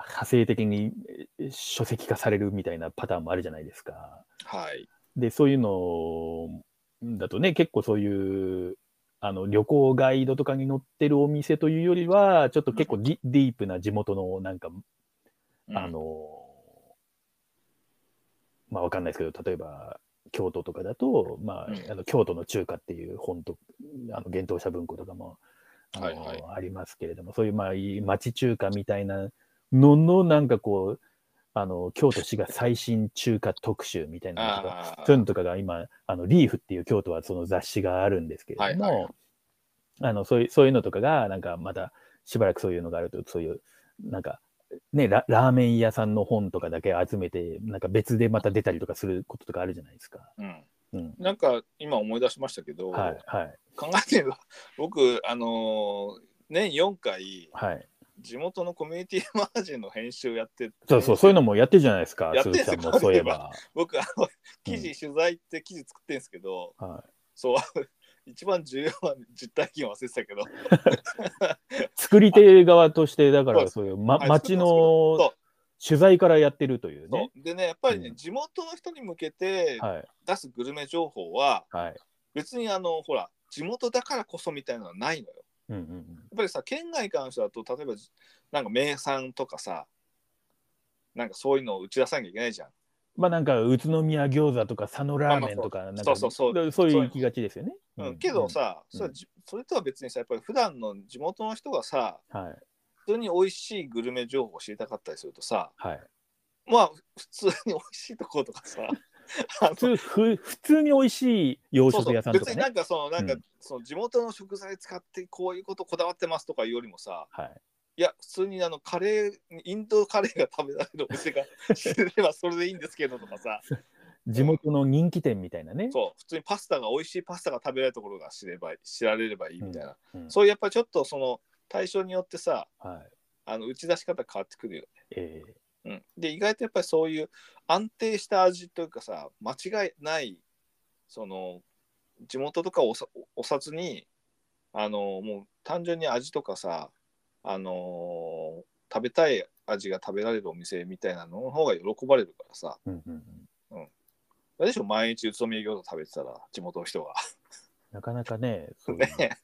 B: 派生的にえ書籍化されるみたいなパターンもあるじゃないですか。
A: はい。
B: で、そういうのだとね、結構そういう、あの、旅行ガイドとかに載ってるお店というよりは、ちょっと結構ディ,、ディープな地元の、なんか、あのまあ、わかんないですけど、例えば、京都とかだと、まあ
A: う、ん
B: あの京都の中華っていう本と、あの、厳冬者文庫とかも、あの
A: はいはい
B: ありますけれども、そういう、まあ、いい町中華みたいなのの、なんかこう、あの、京都市が最新中華特集みたいなのとか
A: ああ
B: そういうのとかが今、あのリーフっていう京都はその雑誌があるんですけれども、
A: はいは
B: あのそういうそういうのとかが、なんかまたしばらくそういうのがあると、そういう、なんか、ねラ、ラーメン屋さんの本とかだけ集めて、なんか別でまた出たりとかすることとかあるじゃないですか。
A: うん
B: うん。
A: なんか今思い出しましたけど、
B: はい、はい、
A: 考えてみれば僕、あのー年4回
B: はい。
A: 地元のコミュニティマガジンの編集やって
B: そうそう、そういうのもやってるじゃないですか、
A: やってん
B: 鈴木
A: すよ
B: さんもそういえば。
A: 僕あの記事取材って記事作ってるんですけど、
B: は
A: そう、 一番重要な実体験忘れてたけ ど、
B: い、作り手側として、だからそういう、ま、
A: はい
B: 町
A: そう
B: の取材からやってるというね。
A: そうでね、やっぱりね、
B: うん
A: 地元の人に向けて
B: はい、
A: 出すグルメ情報は、
B: はい。
A: 別にあの、ほら、地元だからこそみたいなのはないのよ。
B: うんうんうん。
A: やっぱりさ、県外からの人だと、例えば、なんか名産とかさ、なんかそういうのを打ち出さなきゃいけないじゃん。
B: まあなんか宇都宮餃子とか佐野ラーメンとかなんか
A: そうそうそう
B: だそういう行きがちですよね。
A: うん、けど、さ、
B: う
A: そ
B: ん
A: れはじそれとは別にさ、やっぱり普段の地元の人がさ、
B: はい
A: 普通に美味しいグルメ情報を知りたかったりするとさ、
B: はい。
A: まあ、普通に美味しいところとかさ、あの
B: 普通ふ普通に美味しい洋
A: そうそ
B: 食
A: う
B: 屋さんと
A: 別
B: か
A: にな
B: ね。
A: んかそのなんか、
B: うん
A: その地元の食材使ってこういうことこだわってますとかいうよりもさ
B: はい。
A: いや普通にあのカ レーインドカレーが食べられるお店が知れればそれでいいんですけどとかさ
B: 地元の人気店みたいなね。
A: そう普通にパスタが美味しいパスタが食べられるところが知れば知られればいいみたいな、
B: うん
A: そういうやっぱりちょっとその対象によってさ
B: はい。
A: あの打ち出し方変わってくるよ
B: えー
A: うん、で意外とやっぱりそういう安定した味というかさ間違いないその地元とかおさお札にあのもう単純に味とかさあのー食べたい味が食べられるお店みたいなのの方が喜ばれるからさ
B: うんうんうん
A: あれでしょ毎日宇都宮餃子食べてたら地元の人が
B: なかなかね、そういうの
A: ね、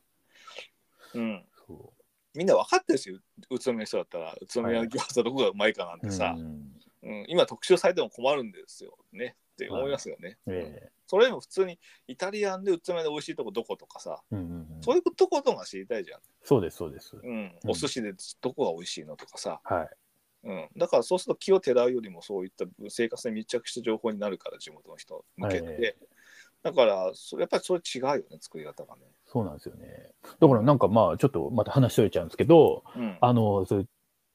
A: うん、
B: そ
A: みんな分かってるし宇宇都宮の人だったら宇都宮の餃子どこがうまいかなん
B: う
A: てさ、
B: うん
A: うん、今特集されても困るんですよねって思いますよね。うん
B: え
A: それよりも普通にイタリアンで宇都宮で美味しいとこどことかさ、
B: ーうんうんうん
A: そういうとことが知りたいじゃん。
B: そうです、そうです。
A: うん、
B: うん
A: お寿司でどこが美味しいのとかさ、
B: はい。
A: うん、だからそうすると木をてらうよりもそういった生活に密着した情報になるから地元の人向けて、
B: はいはい
A: だからそやっぱりそれ違うよね作り方がね。
B: そうなんですよね。だからなんかまあ、ちょっとまた話しとれちゃうんですけど、
A: うん
B: あの、そういう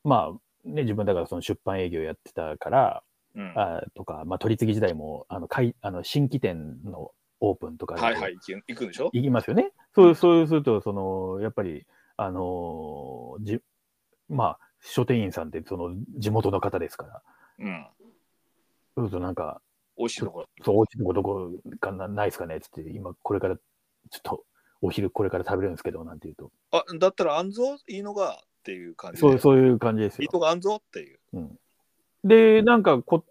B: まあ、ね、自分だからその出版営業やってたから、
A: うん、は
B: あとか、まあ、取り次ぎ時代も、あの、かいあの新規店のオープンとか
A: い
B: で
A: はい行く行くんでしょ、
B: 行きますよね。そう、そうすると、その、やっぱり、あのーじ、まあ、書店員さんって、その、地元の方ですから、
A: うん、
B: そうするとなんか、
A: 美味しいところ。
B: そう、おうちのどこかなないですかねっつって、今、これから、ちょっと、お昼これから食べれるんですけど、なんて言うと。
A: あだったらあんぞいいのがっていう感じで。
B: そう、そういう感じです
A: いい
B: よ。
A: とこあんぞっていう。
B: で、なんかこ、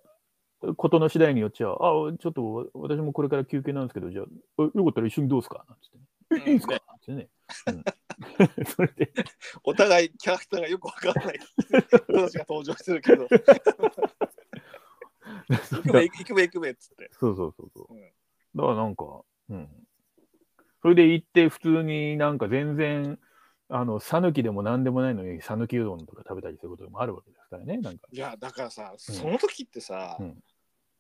B: ことの次第によっちゃ、あ、ちょっと私もこれから休憩なんですけど、じゃあ、あよかったら一緒にどうですかなんつって、ね。え、いいんすかなんつってね。うん それで、
A: お互いキャラクターがよくわから ない人たちが登場してるけど、行くべ行くべ行くべっつって。
B: そうそうそうそう
A: うん。
B: だからなんか、うん。それで行って、普通になんか全然、あの、讃岐でも何でもないのに、讃岐うどんとか食べたりすることもあるわけですからね、なんか。
A: いや、だからさ、その時ってさ、
B: うん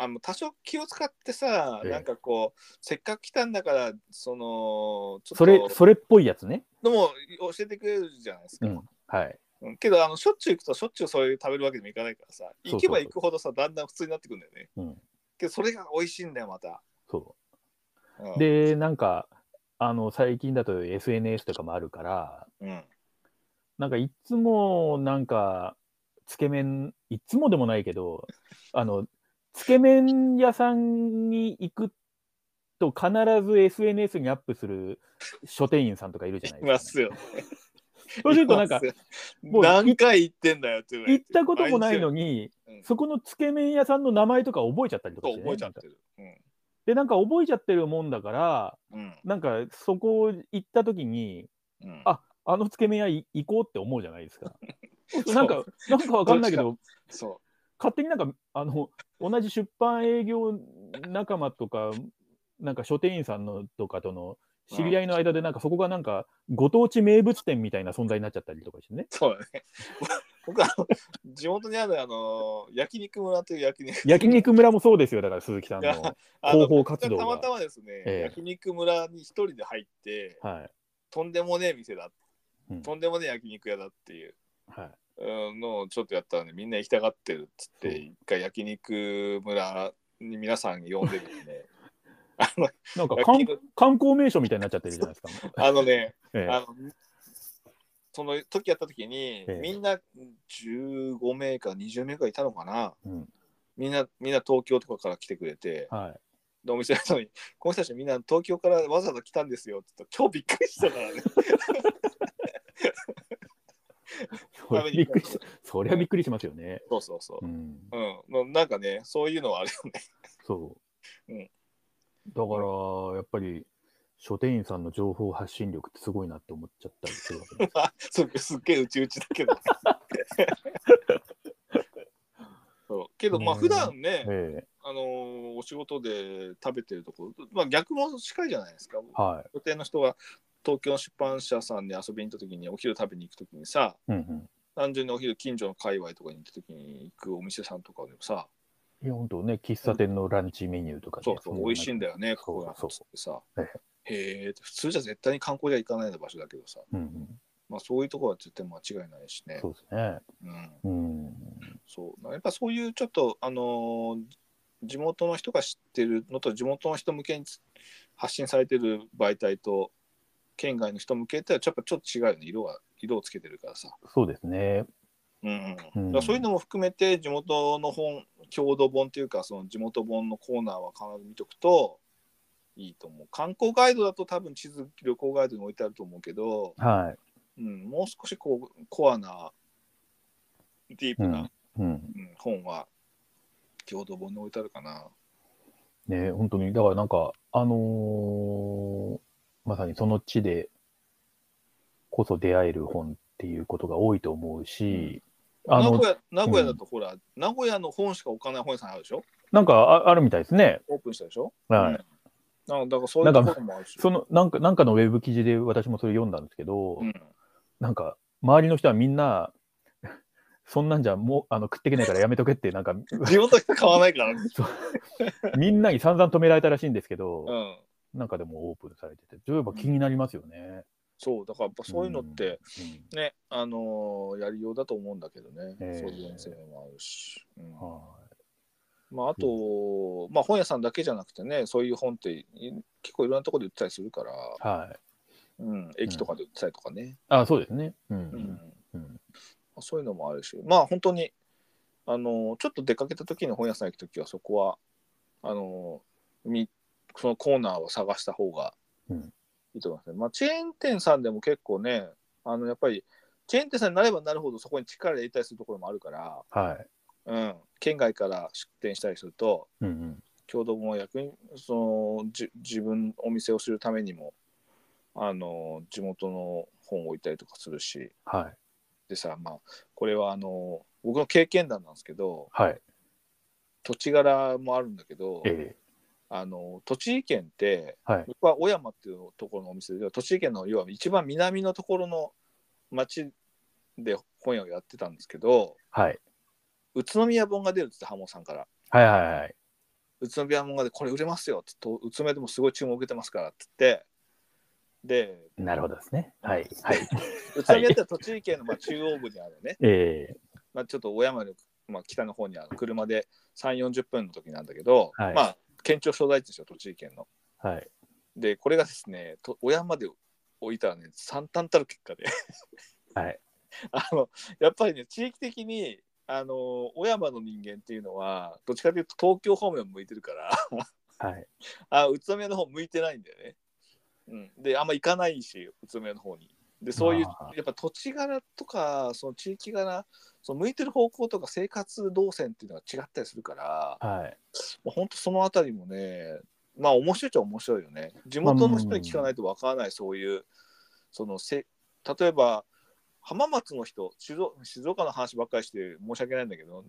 A: あの多少気を使ってさ、
B: ええ
A: なんかこう、せっかく来たんだから、その、ちょっと
B: それ、それっぽいやつね。
A: でも教えてくれるじゃないですか。
B: うん。はい。
A: うんけどあの、しょっちゅう行くと、しょっちゅうそういう食べるわけにもいかないからさ、
B: そ
A: 行け
B: うそうそう
A: ば行くほどさ、だんだん普通になってくるんだよね。
B: うん。
A: けど、それが美味しいんだよ、また。
B: そう。
A: うん、
B: で、なんか、あの、最近だと SNS とかもあるから、
A: うん、
B: なんかいつも、なんか、つけ麺、いつもでもないけど、あの、つけ麺屋さんに行くと必ず SNS にアップする書店員さんとかいるじゃない
A: い
B: で
A: ます
B: か。
A: すよ。
B: そうするとなんか
A: い、ます
B: もう
A: 何回行ってんだよっていうぐらい
B: 行ったこともないのに
A: うん、
B: そこのつけ麺屋さんの名前とか覚えちゃったりとか
A: そ
B: し
A: う
B: て、ね。
A: 覚えちゃって
B: なんか
A: る。
B: で、なんか覚えちゃってるもんだから、
A: うん。
B: なんかそこ行った時に、
A: うん。
B: ああのつけ麺屋い行こうって思うじゃな いですか。
A: そう
B: なんか、なんかわかんないけど、
A: そ
B: 勝手になんか、あの、 同じ出版営業仲間とか、なんか書店員さんのとかとの知り合いの間で、なんかそこがなんか、ご当地名物店みたいな存在になっちゃったりとかしてね。
A: う。そうだね。僕はあの地元にあるあの焼肉村という焼肉
B: 焼肉村もそうですよ、だから鈴木さんの。
A: いや
B: は
A: あの
B: 広報活動が
A: たまたまですね、
B: ええ
A: 焼肉村に一人で入って、
B: い。
A: とんでもねえ店だ、
B: うん
A: とんでもねえ焼肉屋だっていう
B: はい。
A: うんのをちょっとやったらねみんな行きたがってるっつって
B: そう
A: 一回焼肉村に皆さん呼んでるんで、ね、あの
B: なんか観
A: 焼肉
B: 観光名所みたいになっちゃってるじゃないですか。
A: あのね
B: ええ
A: あのその時やった時に、
B: ええ
A: みんな15名か20名かいたのかな
B: うん
A: みんなみんな東京とかから来てくれて
B: はい。
A: でお店の人に「この人たちみんな東京からわざわざ来たんですよ」って言ったら超びっくりした からね
B: そりゃ びっくりしそりゃびっくりしますよね。
A: そうそうそうう、
B: ん。
A: うんまあなんかねそういうのはあるよね
B: そう。
A: うん
B: だから、やっぱり、書店員さんの情報発信力ってすごいなって思っちゃったりするわ けです。
A: まあすすっげえうちうちだけど、 ね、そうけどまあ
B: ねえ
A: 普段ね、
B: ええ
A: あのーお仕事で食べてるところ、まあ、逆も近いじゃないですか
B: は
A: 予定の人が東京の出版社さんで遊びに行った時にお昼食べに行く時にさ
B: い。うん
A: 単純にお昼近所の界隈とかに行った時に行くお店さんとかでもさ
B: うん。いや、本当ね、喫茶店のランチメニューとかね、
A: そうそう美味しいん
B: だ。
A: だよね
B: そう
A: ここが
B: そう
A: つってさ
B: え
A: へえ普通じゃ絶対に観光じゃ行かないような場所だけどさ、
B: うんうん。
A: まあ、そういうところは絶対間違いないしね
B: そうですね。
A: うん
B: うん。
A: そうやっぱそういうちょっとあのー地元の人が知ってるのと地元の人向けにつ発信されてる媒体と県外の人向けってはやっぱちょっと違うよね色が色をつけてるからさ、
B: そうですね。
A: うん
B: う
A: うんん、だからそういうのも含めて地元の本郷土本っていうかその地元本のコーナーは必ず見とくといいと思う観光ガイドだと多分地図旅行ガイドに置いてあると思うけど、
B: は
A: うん、もう少しこうコアなディープな、
B: い。うん。
A: うん本は郷土本に置いてあるかな。
B: ね、本当に、だからなんか、あのーまさにその地でこそ出会える本っていうことが多いと思うし、あ
A: 名
B: の
A: 古、屋名古屋だとほら、名古屋の本しか置かない本屋さんあるでしょ
B: なんかああるみたいですね。
A: オープンしたでしょ
B: はい。
A: うんなんかだからそういうところもあるし。
B: その、なんか、なんかのウェブ記事で私もそれ読んだんですけど、
A: うん
B: なんか、周りの人はみんな、 そんなんじゃもうあの食っていけないからやめとけって、な んか、
A: 地元しか買わないからね。
B: みんなに散々止められたらしいんですけど、
A: うん。
B: なんかでもオープンされてて、そういえば気になりますよね。
A: そう、だからやっぱそういうのって
B: うん、
A: ね、あのーやりようだと思うんだけどね。
B: え
A: そ
B: え
A: ういう面性もあるし。うん
B: うんは
A: まあ、あと、まあ本屋さんだけじゃなくてね、そういう本ってい結構いろんなところで売ってたりするから、
B: い。はい。
A: うん、駅とかで売ってたりとかね。
B: あ、そうですね。う
A: うん
B: ん。うん
A: そういうのもあるし、まあ本当に、あの、ちょっと出かけた時に本屋さん行く時は、そこは、あの、みそのコーナーを探した方が
B: うん
A: いいと思いますね。まあチェーン店さんでも結構ね、あの、やっぱり、チェーン店さんになればなるほどそこに力入れたりするところもあるから、
B: はい。
A: うん、県外から出店したりすると、
B: うんうん。
A: 共同も役にそのじ自分お店を知るためにもあの地元の本を置いたりとかするし
B: はい。
A: でさまあこれはあの僕の経験談なんですけど
B: はい。
A: 土地柄もあるんだけど
B: え
A: あの栃木県って
B: えはい。
A: 僕は小山っていうところのお店で栃木県の要は一番南のところの町で本屋をやってたんですけど
B: はい。
A: 宇都宮本が出るって言ってハモさんから。
B: はいはいはい。
A: 宇都宮門がでこれ売れますよってと宇都宮でもすごい注文受けてますからって言ってで
B: なるほどですね。はい。はい。
A: 宇都宮って栃木県のまあ中央部にあるね、
B: ええ
A: まあ、ちょっと小山の、まあ、北の方にある車で3 4 0分の時なんだけど、
B: はい
A: まあ県庁所在地ですよ栃木県の。
B: はい。
A: でこれがですねと小山で置いたらね惨憺たる結果で
B: はい。
A: あのやっぱりね地域的にあの小山の人間っていうのはどっちかというと東京方面を向いてるから。
B: はい。
A: あ宇都宮の方向いてないんだよね。うん、であんま行かないし宇都宮の方に。でそういう
B: あ
A: やっぱ土地柄とかその地域柄その向いてる方向とか生活動線っていうのが違ったりするから
B: はい。
A: もうほんとその辺りもねまあ面白いっちゃ面白いよね。地元の人に聞かないとわからないそういうそのせ例えば浜松の人静岡静岡の話ばっかりして申し訳ないんだけど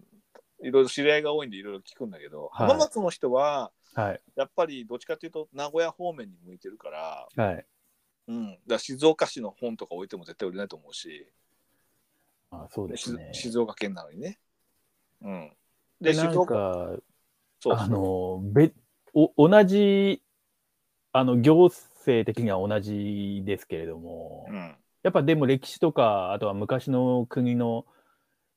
A: いろいろ知り合いが多いんでいろいろ聞くんだけど、
B: はい
A: 浜松の人は
B: はい。
A: やっぱりどっちかというと名古屋方面に向いてるから,、
B: はい。
A: うん、だから静岡市の本とか置いても絶対売れないと思うし、
B: あ、そうです
A: し
B: ね。
A: 静岡県なのにね。うん、で静
B: なん
A: 岡
B: か、
A: そう
B: あの、べ、お、同じ、あの、行政的には同じですけれども、
A: うん
B: やっぱでも歴史とか、あとは昔の国の、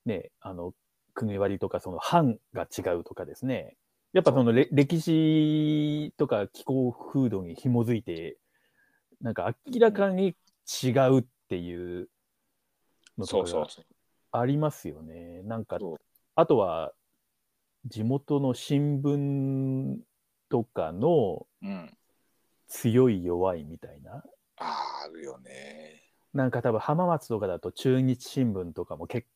B: ね、あの、国割とか、その藩が違うとかですね。やっぱそのれ歴史とか気候風土に紐づいて、なんか明らかに違うっていうの
A: そ
B: と
A: う
B: か
A: そ
B: が
A: うそう
B: ありますよね。なんか
A: そう、
B: あとは地元の新聞とかの
A: うん、
B: 強い弱いみたいな。
A: あーあるよね。
B: なんか多分浜松とかだと中日新聞とかも結構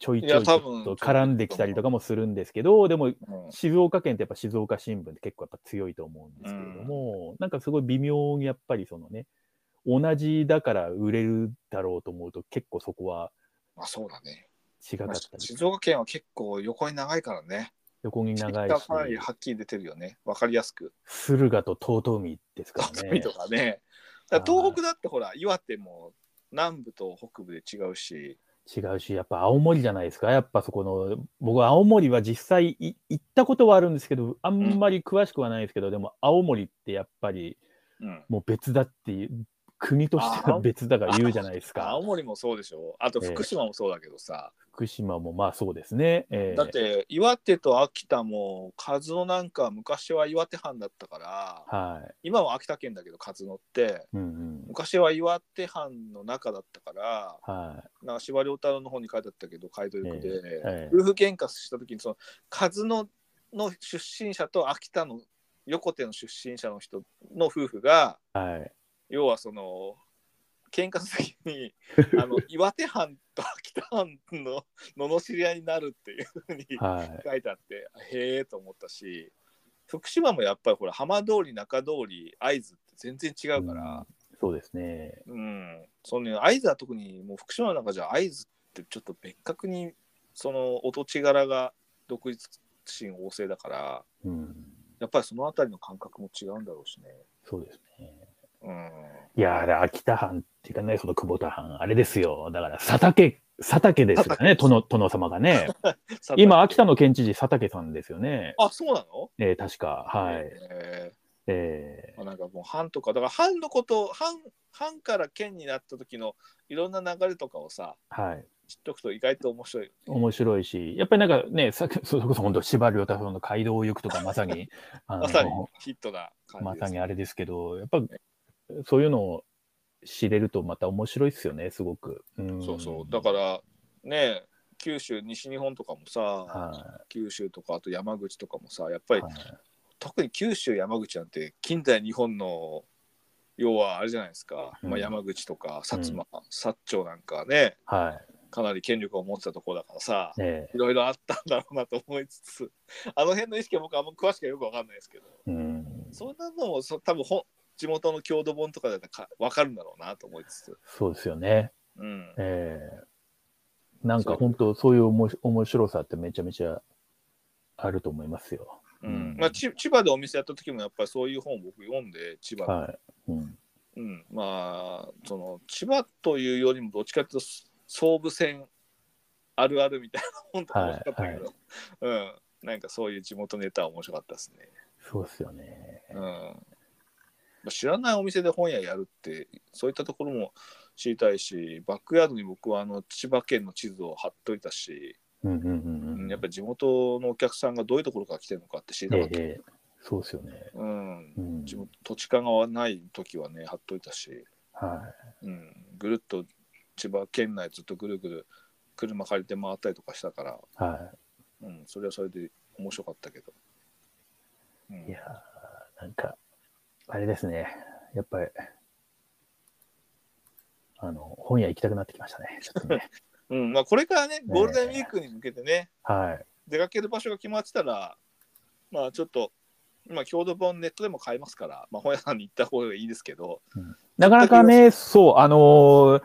B: ちょい
A: い
B: ちょ
A: や
B: いちょ
A: 多
B: っ
A: 分
B: と絡んできたりとかもするんですけど、でも
A: うん
B: 静岡県ってやっぱ静岡新聞って結構やっぱ強いと思うんですけれども、なんかすごい微妙にやっぱりそのね、同じだから売れるだろうと思うと結構そこは
A: まあそうだね。
B: 違かった
A: まあ
B: り、
A: 静岡県は結構横に長いからね。
B: 横に長い
A: 地
B: し
A: 域が、かなりはっきり出てるよね。わかりやすく。
B: 駿河と遠江ですか
A: 鳥取
B: らね。
A: とかね。だから東北だってほら岩手も南部と北部で違うし。
B: 違うし、やっぱ青森じゃないですか。やっぱそこの、僕は青森は実際い行ったことはあるんですけど、あんまり詳しくはないですけど、でも青森ってやっぱり
A: うん
B: もう別だっていう、国としては別だから言うじゃないです か
A: 青。森もそうでしょあと福島もそうだけどさ、
B: 福島もまあそうですね。えー
A: だって岩手と秋田もカズノなんか昔は岩手藩だったから
B: は
A: 今は秋田県だけどカズノって
B: い。うんうん。
A: 昔は岩手藩の中だったから
B: は
A: なんか司馬遼太郎の方に書いてあったけど街道役で、
B: い。えー
A: 夫婦喧嘩した時にそのカズノの出身者と秋田の横手の出身者の人の夫婦が
B: はい。
A: 要はその喧嘩する時に あの岩手藩と秋田藩の罵り合いになるっていうふうに
B: はい。
A: 書いてあってへえと思ったし福島もやっぱりほら浜通り中通り会津って全然違うから、
B: そうですね。
A: うんその会津は特にもう福島の中じゃ会津ってちょっと別格にそのお土地柄が独立心旺盛だから
B: うん。
A: やっぱりその辺りの感覚も違うんだろうしね。
B: そうですね。
A: うん、
B: いやー、あれ秋田藩っていうかね、その久保田藩、あれですよ。だから佐竹、佐竹ですよね、殿殿様がね。今、秋田の県知事、佐竹さんですよね。
A: あそうなの
B: えー、確か。はい。
A: え
B: え
A: ーまあ、なんかもう藩とかだから藩のこと藩藩から県になった時のいろんな流れとかをさ
B: ー、はい。
A: 知っとくと意外と面白い。
B: 面白いし、やっぱりなんかね、さっ きそれこそ本当、司馬遼太郎の街道を行くとか、まさ に、あ
A: まさに
B: の、
A: ヒットな感じ
B: ま
A: です、
B: さにあれですけど、やっぱそういうのを知れるとまた面白いですよね、すごく。うん
A: そうそうだからね九州西日本とかもさ、
B: は
A: 九州とかあと山口とかもさやっぱ
B: い
A: り、特に九州山口なんて近代日本の要はあれじゃないですか、
B: うん
A: まあ、山口とか薩摩、薩長なんかね
B: は
A: かなり権力を持ってたところだからさ
B: い。ね
A: いろいろあったんだろうなと思いつつあの辺の意識は僕あんま詳しくはよくわかんないですけど
B: えうん。
A: そんなのもそ多分ほん地元の郷土本とかだったらかわかるんだろうなと思いつつ。
B: そうですよね。
A: うん
B: ええなんか本当、そういうおもし面白さってめちゃめちゃあると思いますよ。
A: うんまあ、ち千葉でお店やった時もやっぱりそういう本を僕読んで千葉、
B: はい。うん。
A: うん、まあその千葉というよりもどっちかというと総武線あるあるみたいな本とか面白かったけど、うん、なんかそういう地元ネタは面白かったですね、
B: そうですよね。
A: うんまあ、知らないお店で本屋やるってそういったところも知りたいしバックヤードに僕はあの千葉県の地図を貼っといたし、
B: うんうん
A: う、
B: うんうんん。
A: やっぱり地元のお客さんがどういうところから来てるのかって知りた
B: え
A: かった、
B: えそうですよね。
A: うん
B: う、ん。
A: 地元土地勘がない時はね貼っといたし、
B: は
A: うん、ぐるっと千葉県内ずっとぐるぐる車借りて回ったりとかしたから、
B: い。はい。
A: うん、それはそれで面白かったけど、うん
B: いやーなんか、あれですね。やっぱり、あの、本屋行きたくなってきましたね。ちょっ とね
A: うんまあ、これからねゴールデンウィークに向けてね
B: はい。
A: 出かける場所が決まってたらまあちょっと今郷土本ネットでも買えますから、まあ、本屋さんに行った方がいいですけど
B: なかなかね、そう、あのー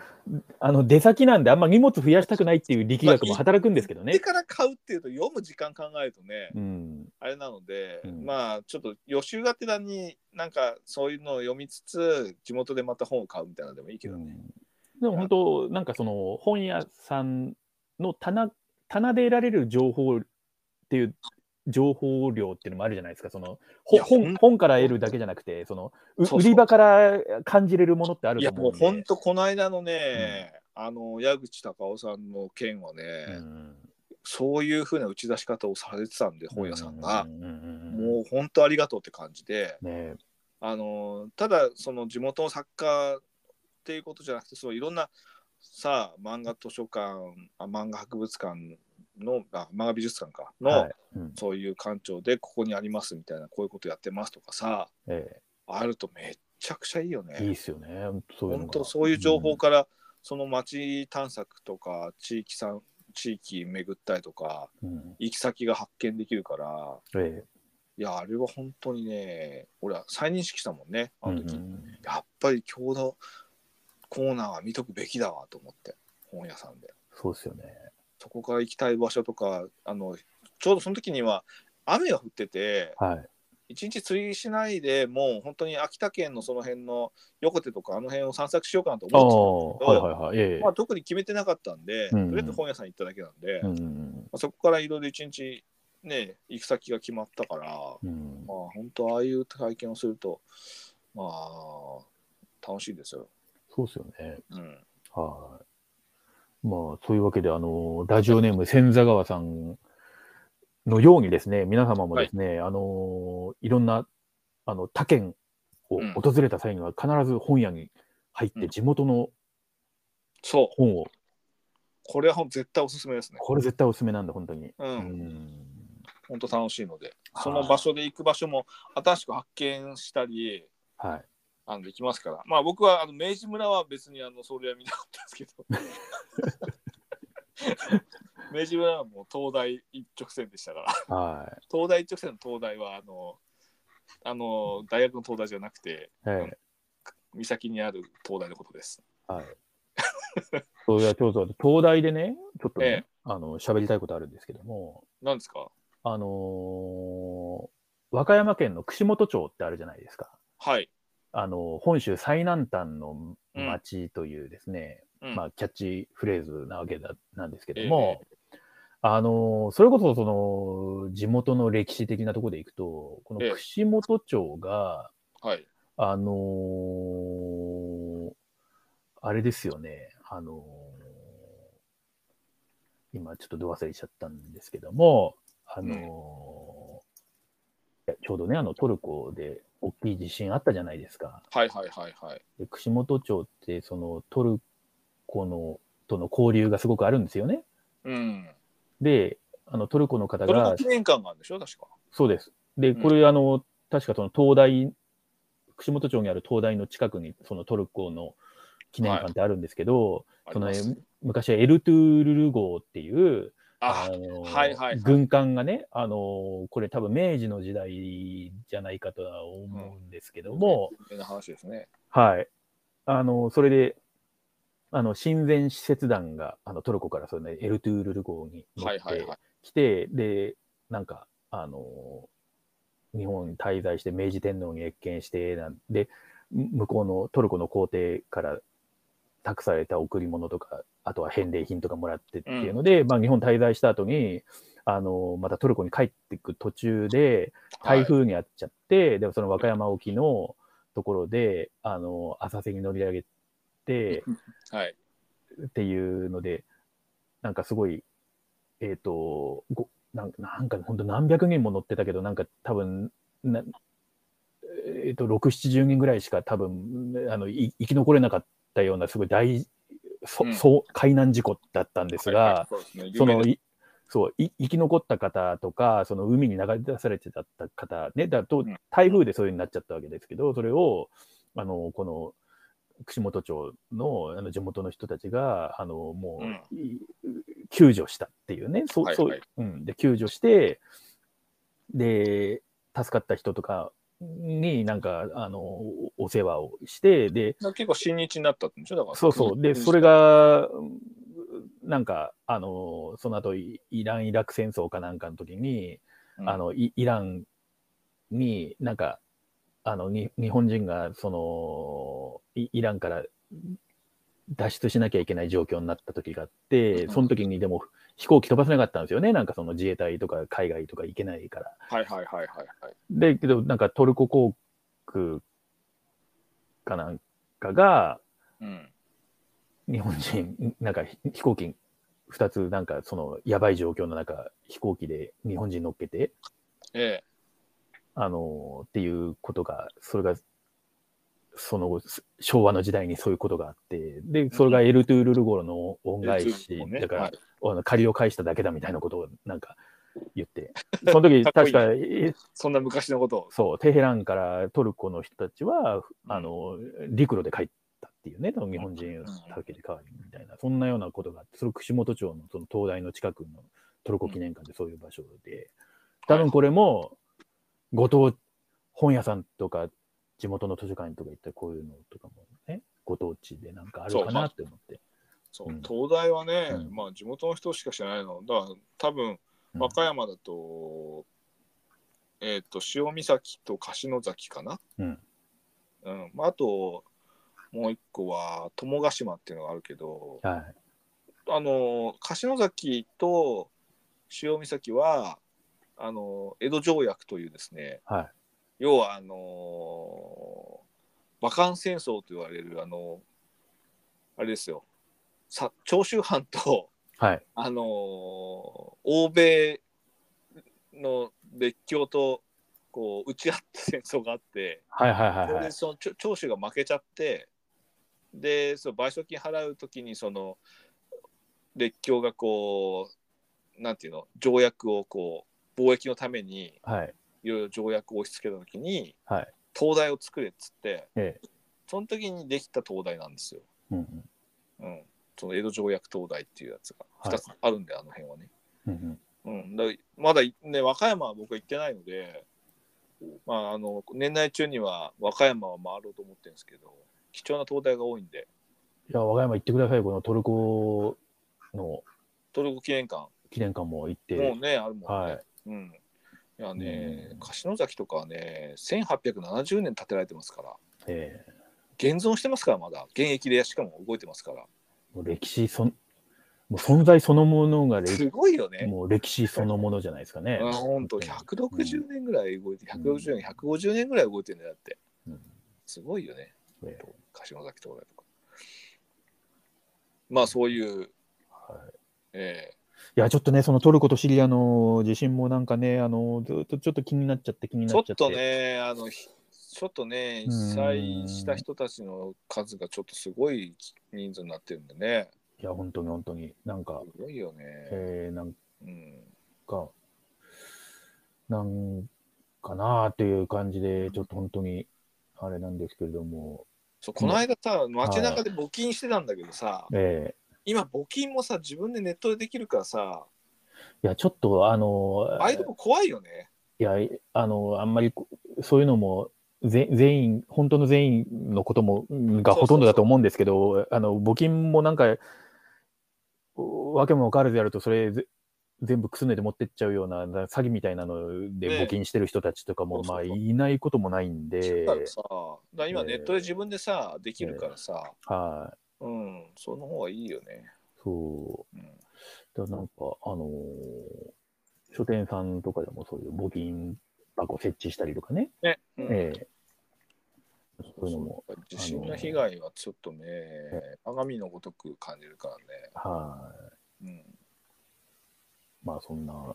B: あの出先なんで、あんま荷物増やしたくないっていう力学も働くんですけど
A: で
B: ね。
A: から買うっていうと読む時間考えるとね
B: うん。
A: あれなので、
B: うん
A: まあちょっと予習がてらになんかそういうのを読みつつ地元でまた本を買うみたいなのでもいいけどね。
B: うんでも本当、なんかその本屋さんの棚棚で得られる情報っていう情報量っていうのもあるじゃないですか、そのほ
A: いやほん
B: 本本から得るだけじゃなくて、そのう
A: そうそう
B: 売り場から感じれるものってある
A: い
B: と
A: や
B: 思
A: も
B: う
A: うん
B: で
A: ほんとこの間のね、あの矢口隆夫さんの件はね、
B: うん
A: そういうふうな打ち出し方をされてたんで本屋さんが
B: う、んうんうん
A: もう本当ありがとうって感じで
B: うんね
A: あのただその地元の作家っていうことじゃなくてそのいろんなさあ漫画図書館あ漫画博物館のあ漫画美術館かの、
B: はいうん
A: そういう館長でここにありますみたいなこういうことやってますとかさ
B: え
A: あるとめっちゃくちゃいいよ
B: えいい
A: ね。
B: ですよね、そういうの
A: 本
B: が
A: 当そういう情報から、その町探索とか地域さん地域巡ったりとか
B: うんうん
A: 行き先が発見できるから
B: ええ
A: いやあれは本当にね俺は再認識したもんねあの時、
B: うんうん
A: やっぱり郷土コーナーは見とくべきだわと思って本屋さんで。
B: そうですよね。
A: そこから行きたい場所とかあのちょうどその時には雨が降ってて
B: はい。
A: 一日釣りしないでもう本当に秋田県のその辺の横手とかあの辺を散策しようかなと
B: あ
A: 思っ
B: あ、はいはいはい。え
A: て
B: え
A: た、まあ、特に決めてなかったんで、
B: うん
A: とりあえず本屋さん行っただけなんで、
B: う
A: ま
B: んうん
A: あ、そこからいろいろ一日ね行く先が決まったから、
B: うんうん
A: まあ本当ああいう体験をするとまあ楽しいですよ。
B: そうですよね。
A: うん。
B: はい。まあ、そういうわけで、あの、ラジオネーム、千座川さんのようにですね、皆様もですね、あの、いろんな、あの、他県を
A: うん
B: 訪れた際には、必ず本屋に入っ
A: う
B: て、
A: ん
B: 地元の
A: そう。
B: 本を、
A: これはほん絶対おすすめですね。
B: これ絶対おすすめなんだ、本当に。
A: う。
B: うんん。
A: ほんと楽しいので。
B: はい
A: その場所で行く場所も新しく発見したり、
B: はい。
A: あのできますから。まあ僕はあの明治村は別にあのそれは見なかったんですけど。 明治村はもう東大一直線でしたから。
B: はい。
A: 東大一直線の東大はあの、あの大学の東大じゃなくて、
B: ええ
A: 三崎にある東大のことです。
B: はい。そういや、ちょうど東大でね、ちょっとね、
A: ええ
B: あの、喋りたいことあるんですけども、
A: なんですか
B: あのー和歌山県の串本町ってあるじゃないですか。
A: はい。
B: あの、本州最南端の町というですね、
A: うん
B: まあ、キャッチフレーズなわけだなんですけども、あの、それこそその、地元の歴史的なところでいくと、この
A: ええ
B: 串本町が、
A: はい。
B: あのーあれですよね、あのー今ちょっとど忘れしちゃったんですけども、あの
A: う
B: ー
A: ん
B: いやちょうどね、あのトルコで大きい地震あったじゃないですか。
A: はいはいはいはい。
B: で串本町ってそのトルコのとの交流がすごくあるんですよね。
A: うん。
B: で、あのトルコの方
A: トルコ
B: が、
A: 記念館があるんでしょ確か。
B: そうです。で、
A: うん
B: これ、あの、確かその東大、串本町にある東大の近くに、そのトルコの記念館ってあるんですけど、
A: あ
B: そ
A: り
B: の
A: ます
B: 昔はエルトゥールル号っていう、
A: あ
B: の
A: はいはいはい
B: 軍艦がね、あのこれ多分明治の時代じゃないかとは思うんですけども、
A: 有名な話ですね。
B: はい。あの、それで、あの、親善使節団が、あの、トルコから、それね、エルトゥールル号に乗っ
A: はい
B: て
A: はいはい。
B: きて、で、なんか、あの、日本に滞在して、明治天皇に謁見して、なんで、向こうのトルコの皇帝から託された贈り物とか、あとは返礼品とかもらってっていうので、まあ、日本滞在した後に、あの、またトルコに帰っていく途中で、台風にあっちゃって、でもその和歌山沖のところで、あの、浅瀬に乗り上げて、
A: はい。はい。
B: っていうので、なんかすごい、えっ、と、ごなんなんか本当何百人も乗ってたけど、なんか多分、なえっ、と、6、70人ぐらいしか多分、あの、い生き残れなかったような、すごい大、そ
A: うん
B: そう海難事故だったんです
A: はい
B: が、
A: そうですね
B: そ
A: 有名
B: の
A: です
B: いそうい生き残った方とか、その海に流れ出されてた方、ね、だ
A: う
B: と
A: ん
B: 台風でそういう風になっちゃったわけですけど、それをあのこの串本町のあの地元の人たちがあのもう、い救助したっていうね、そう
A: はい
B: そう
A: はい
B: うん、で救助して、で助かった人とかになんかあのおお世話をして、で
A: なんか結構親日になったんでしょだから。
B: そうそう。で、
A: ん
B: それ。が、うんなんか、あの、その後、イイラン・イラク戦争かなんかの時に、
A: うん
B: あ、の、イイランに、なんか、あの、に日本人が、そのイ、イランから脱出しなきゃいけない状況になった時があって、
A: うん
B: その時にでも飛行機飛ばせなかったんですよね。なんかその自衛隊とか海外とか行けないから。
A: はいはいはいはいはい。
B: で、けど、なんかトルコ航空かなんかが、
A: うん。
B: 日本人、なんかひ飛行機2つ、なんかそのやばい状況の中、飛行機で日本人乗っけて、
A: ええ。
B: あのーっていうことが、それが、その後す昭和の時代にそういうことがあって、で、それがエルトゥールル頃の恩返し、
A: もね
B: だから、
A: はい
B: あの借りを返しただけだみたいなことをなんか言って、その 時
A: かっこい
B: 確
A: い
B: か、え
A: そんな昔のことを。
B: そう、テヘランからトルコの人たちは、
A: ん
B: あの、陸路で帰ったっていうね、多分日本人を助けて代わりにみたいな、そんなようなことがあって、それ串本町のその東大の近くのトルコ記念館でそういう場所で、多分これも、ご当本屋さんとか、地元の図書館とか行ったらこういうのとかもね、ご当地でなんかあるかなって思って。
A: そう
B: うん
A: 東大はね、
B: うん
A: まあ地元の人しか知らないの。だから多分、
B: うん
A: 和歌山だと、えっと、潮岬と柏崎かな。
B: うん。
A: うん。まああと、もう一個は友ヶ島っていうのがあるけど、
B: はい。
A: あの柏崎と潮岬はあの江戸条約というですね
B: はい。
A: 要はあのバカン戦争と言われるあのあれですよさ長州藩と
B: はい。
A: あのー欧米の列強とこう打ち合って戦争があって、
B: はいはいはい
A: それ
B: はい
A: で。そのちょ長州が負けちゃってでその賠償金払う時にその列強がこうなんていうの条約をこう貿易のために
B: はい。
A: いろいろ条約を押し付けた時に、
B: はい
A: 東大を作れっつって
B: ええ。
A: その時にできた東大なんですよ、
B: うんうん
A: うん、その江戸条約東大っていうやつが
B: はい
A: 2つあるんで、あの辺はね、
B: うんうん。
A: うん、だからまだね和歌山は僕は行ってないので、まあ、あの年内中には和歌山は回ろうと思ってるんですけど貴重な東大が多いんで
B: いや、和歌山行ってください。このトルコの
A: トルコ記念館
B: 記念館も行っ
A: も
B: て
A: う。ねあるもんね、
B: はい。
A: うんいや
B: う
A: ね
B: ん
A: 柏崎とかはね1870年建てられてますから
B: ええ。
A: 現存してますからまだ現役でしかも動いてますから
B: もう歴史そん、もう存在そのものが 歴
A: すごいよね。
B: もう歴史そのものじゃないですかね。
A: あ本当
B: 本
A: 160年ぐらい動いて、160年、150年ぐらい動いてるんだよだって。
B: 当にうん
A: すごいよね、
B: ええ
A: 柏崎東大とか。まあそういう、
B: はい
A: え
B: いや、ちょっとね、そのトルコとシリアの地震もなんかね、あのずっとちょっと気になっちゃって、気に
A: え
B: なっ
A: ち
B: ち
A: ょ
B: ゃ
A: って
B: っ。
A: とね、あのひちょっとね、
B: うん
A: 被災した人たちの数がちょっとすごい人数になってるんでね、
B: いや、本当に本当に、なんか、
A: すごいよね。
B: えー、なん
A: うん
B: か、なんかなあっていう感じで、ちょっと本当に、あれなんですけれども、
A: そうこの間さ、街中で募金してたんだけどさ、
B: え
A: 今、募金もさ、自分でネットでできるからさ、
B: ー、いや、ちょっと、あの、
A: ああいうとこ怖いよね。
B: いや、あの、あんまりこ、そういうのも、ぜ全員、本当の全員のことも、がほとんどだと思うんですけど、あの、募金もなんか、おわけもわからずやると、それぜ、全部くすねて持ってっちゃうようなな詐欺みたいなの
A: ね
B: で
A: え
B: 募金してる人たちとかも、
A: そうそう
B: ま
A: そ
B: あ、
A: う
B: いないこともないん
A: だ
B: で、
A: からさ、だから今
B: えー
A: ネットで自分でさ、できるからさ、
B: はい、
A: うん、その方がいいよね。
B: そ
A: う
B: う。
A: ん、
B: だからなんか、あのー書店さんとかでもそういう募金箱設置したりとかね、
A: ね、うん
B: ええそういうのも、
A: 地震の被害はちょっとね、我が身のごとく感じるから
B: はい、
A: ね。
B: まあそんな
A: うん、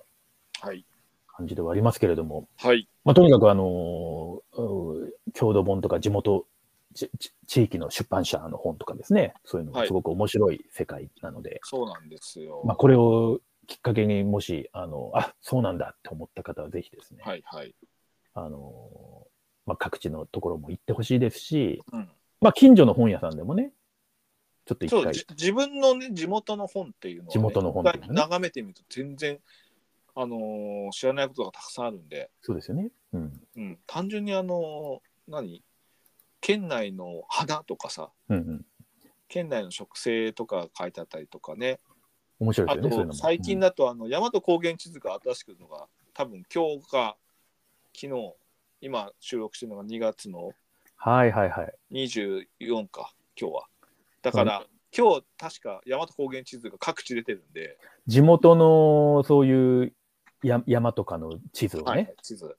A: はい。
B: 感じではありますけれども、
A: はい。
B: まあ、とにかくあのーうん郷土本とか地元ちち地域の出版社の本とかですね、そういうの
A: は
B: が
A: い
B: すごく面白い世界なので、
A: そうなんですよ。
B: まあ、これをきっかけにもし、あの、あ、そうなんだって思った方はぜひですね、
A: はいはい。
B: あのーまあ、各地のところも行ってほしいですし、
A: うん、
B: まあ、近所の本屋さんでもね、ちょっと
A: そ
B: 一
A: う
B: 回
A: じ、自分のね、地元の本っていうのは、ね、
B: 地元の本っていうのね
A: 一回眺めてみると全然、あのー知らないことがたくさんあるんで、
B: そうですよね。うん。
A: うん、単純にあのー何県内の花とかさ、
B: うんうん。
A: 県内の植生とか書いてあったりとかね、
B: 面白いで
A: あ
B: すよね、そういうの
A: と
B: も。
A: 最近だとあの大和高原地図が新しくのが多分今日か昨日今収録してるのが2月の
B: うんはいはいはい。
A: 24か今日はだから今日確か大和高原地図が各地出てるんで、
B: 地元のそういうや山とかの地図をね、
A: はい、地図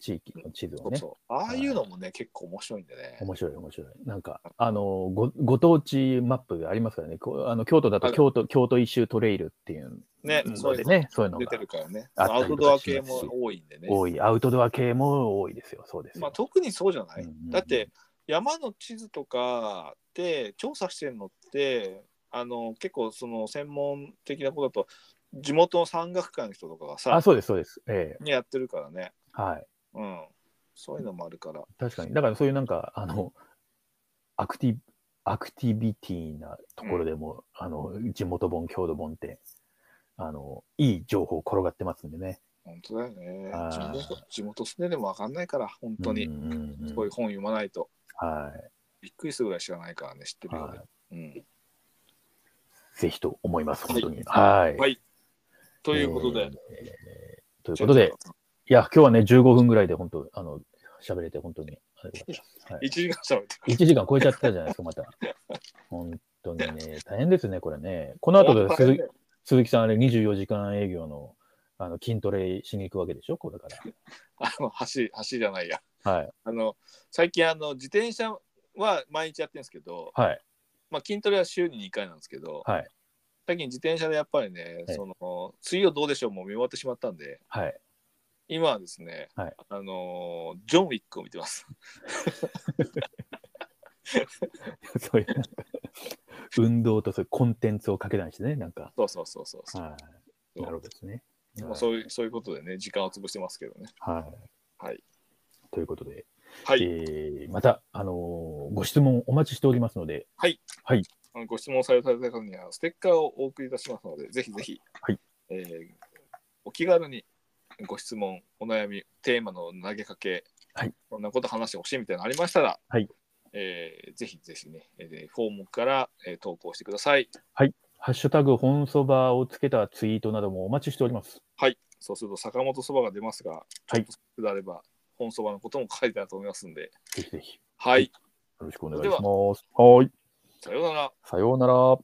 B: 地域の地図
A: そ
B: を
A: う
B: ね、
A: そうああいうのもね結構面白いんでね
B: 面白い面白い。なんか、あのご、ご当地マップがありますからね、こうあの京都だ
A: あ
B: と
A: る
B: 京都京都一周トレイルっていう
A: ねそ
B: の
A: うで
B: ですね、そういうの
A: 出
B: が
A: てるからね
B: あった
A: ア
B: り
A: ウト
B: と
A: ド
B: か
A: ア
B: し
A: 系
B: ますし
A: も多いんでね
B: 多い、アウトドア系も多いですよ、そうですよ。
A: まあ、特にそうじゃない、
B: うんうん
A: だって山の地図とかで調査してるのってあの結構その専門的なことだと地元の山岳会の人とかが
B: あ、
A: さ
B: そうです、そうです。ええ
A: にやってるからね、
B: はい。
A: うん、そういうのもあるから
B: 確かに。だからそういうなんか、あの、アクティ、アクティビティなところでも、あの、地元本、郷土本って、あの、いい情報転がってますんでね。
A: 本当だよね
B: あ
A: 地
B: ー
A: 元地元住んででも分かんないから本当に、
B: うんうんうん
A: こういう本読まないと
B: は
A: びっくりするぐらい知らないからね知って
B: い。
A: るよ
B: は
A: ね、うん
B: い。ぜひと思います、
A: はい
B: 本当に。はい。
A: はいということで、
B: えーということで、いや、今日はね、15分ぐらいで本当、あの、喋れて本 当にありがとうございます。はい
A: 1時間しゃべってる
B: 1時間超えちゃったじゃないですか、また。本当にね、大変ですね、これね。この後で鈴木鈴木さん、あれ24時間営業のあの筋トレしに行くわけでしょ、これか
A: あの橋橋じゃないや
B: ら。はい。
A: あの最近あの自転車は毎日やってるんですけど
B: はい。
A: まあ、筋トレは週に2回なんですけど、
B: はい
A: 最近自転車でやっぱりね、
B: はい
A: その水曜どうでしょうも見終わってしまったんで、
B: はい。
A: 今はですね、
B: はい
A: あのージョン・ウィックを見てます。
B: そういう、なんか運動とそういうコンテンツをかけないしてね、なんか。
A: そうそうそうそうそう。
B: はい。なるほどですね。
A: まあ、そういうそういうことでね、時間を潰してますけどね。
B: はい。
A: はい。
B: ということで、
A: はい、
B: えーまた、あのーご質問お待ちしておりますので、
A: あのご質問された方にはステッカーをお送りいたしますので、ぜひぜひ、
B: はい
A: えーお気軽にご質問、お悩み、テーマの投げかけ、
B: はい
A: こんなこと話してほしいみたいなのありましたら、
B: はい
A: えーぜひぜひね、えーフォームから、えー投稿してください。
B: ハッシュタグ、本そばをつけたツイートなどもお待ちしております。
A: はい、そうすると坂本そばが出ますが、
B: はい
A: ちょっとであれば、本そばのことも書いてあると思いますんで、
B: ぜひぜひ、よ
A: はい、
B: ろしくお願いします。はーい。
A: さようなら。
B: さようなら。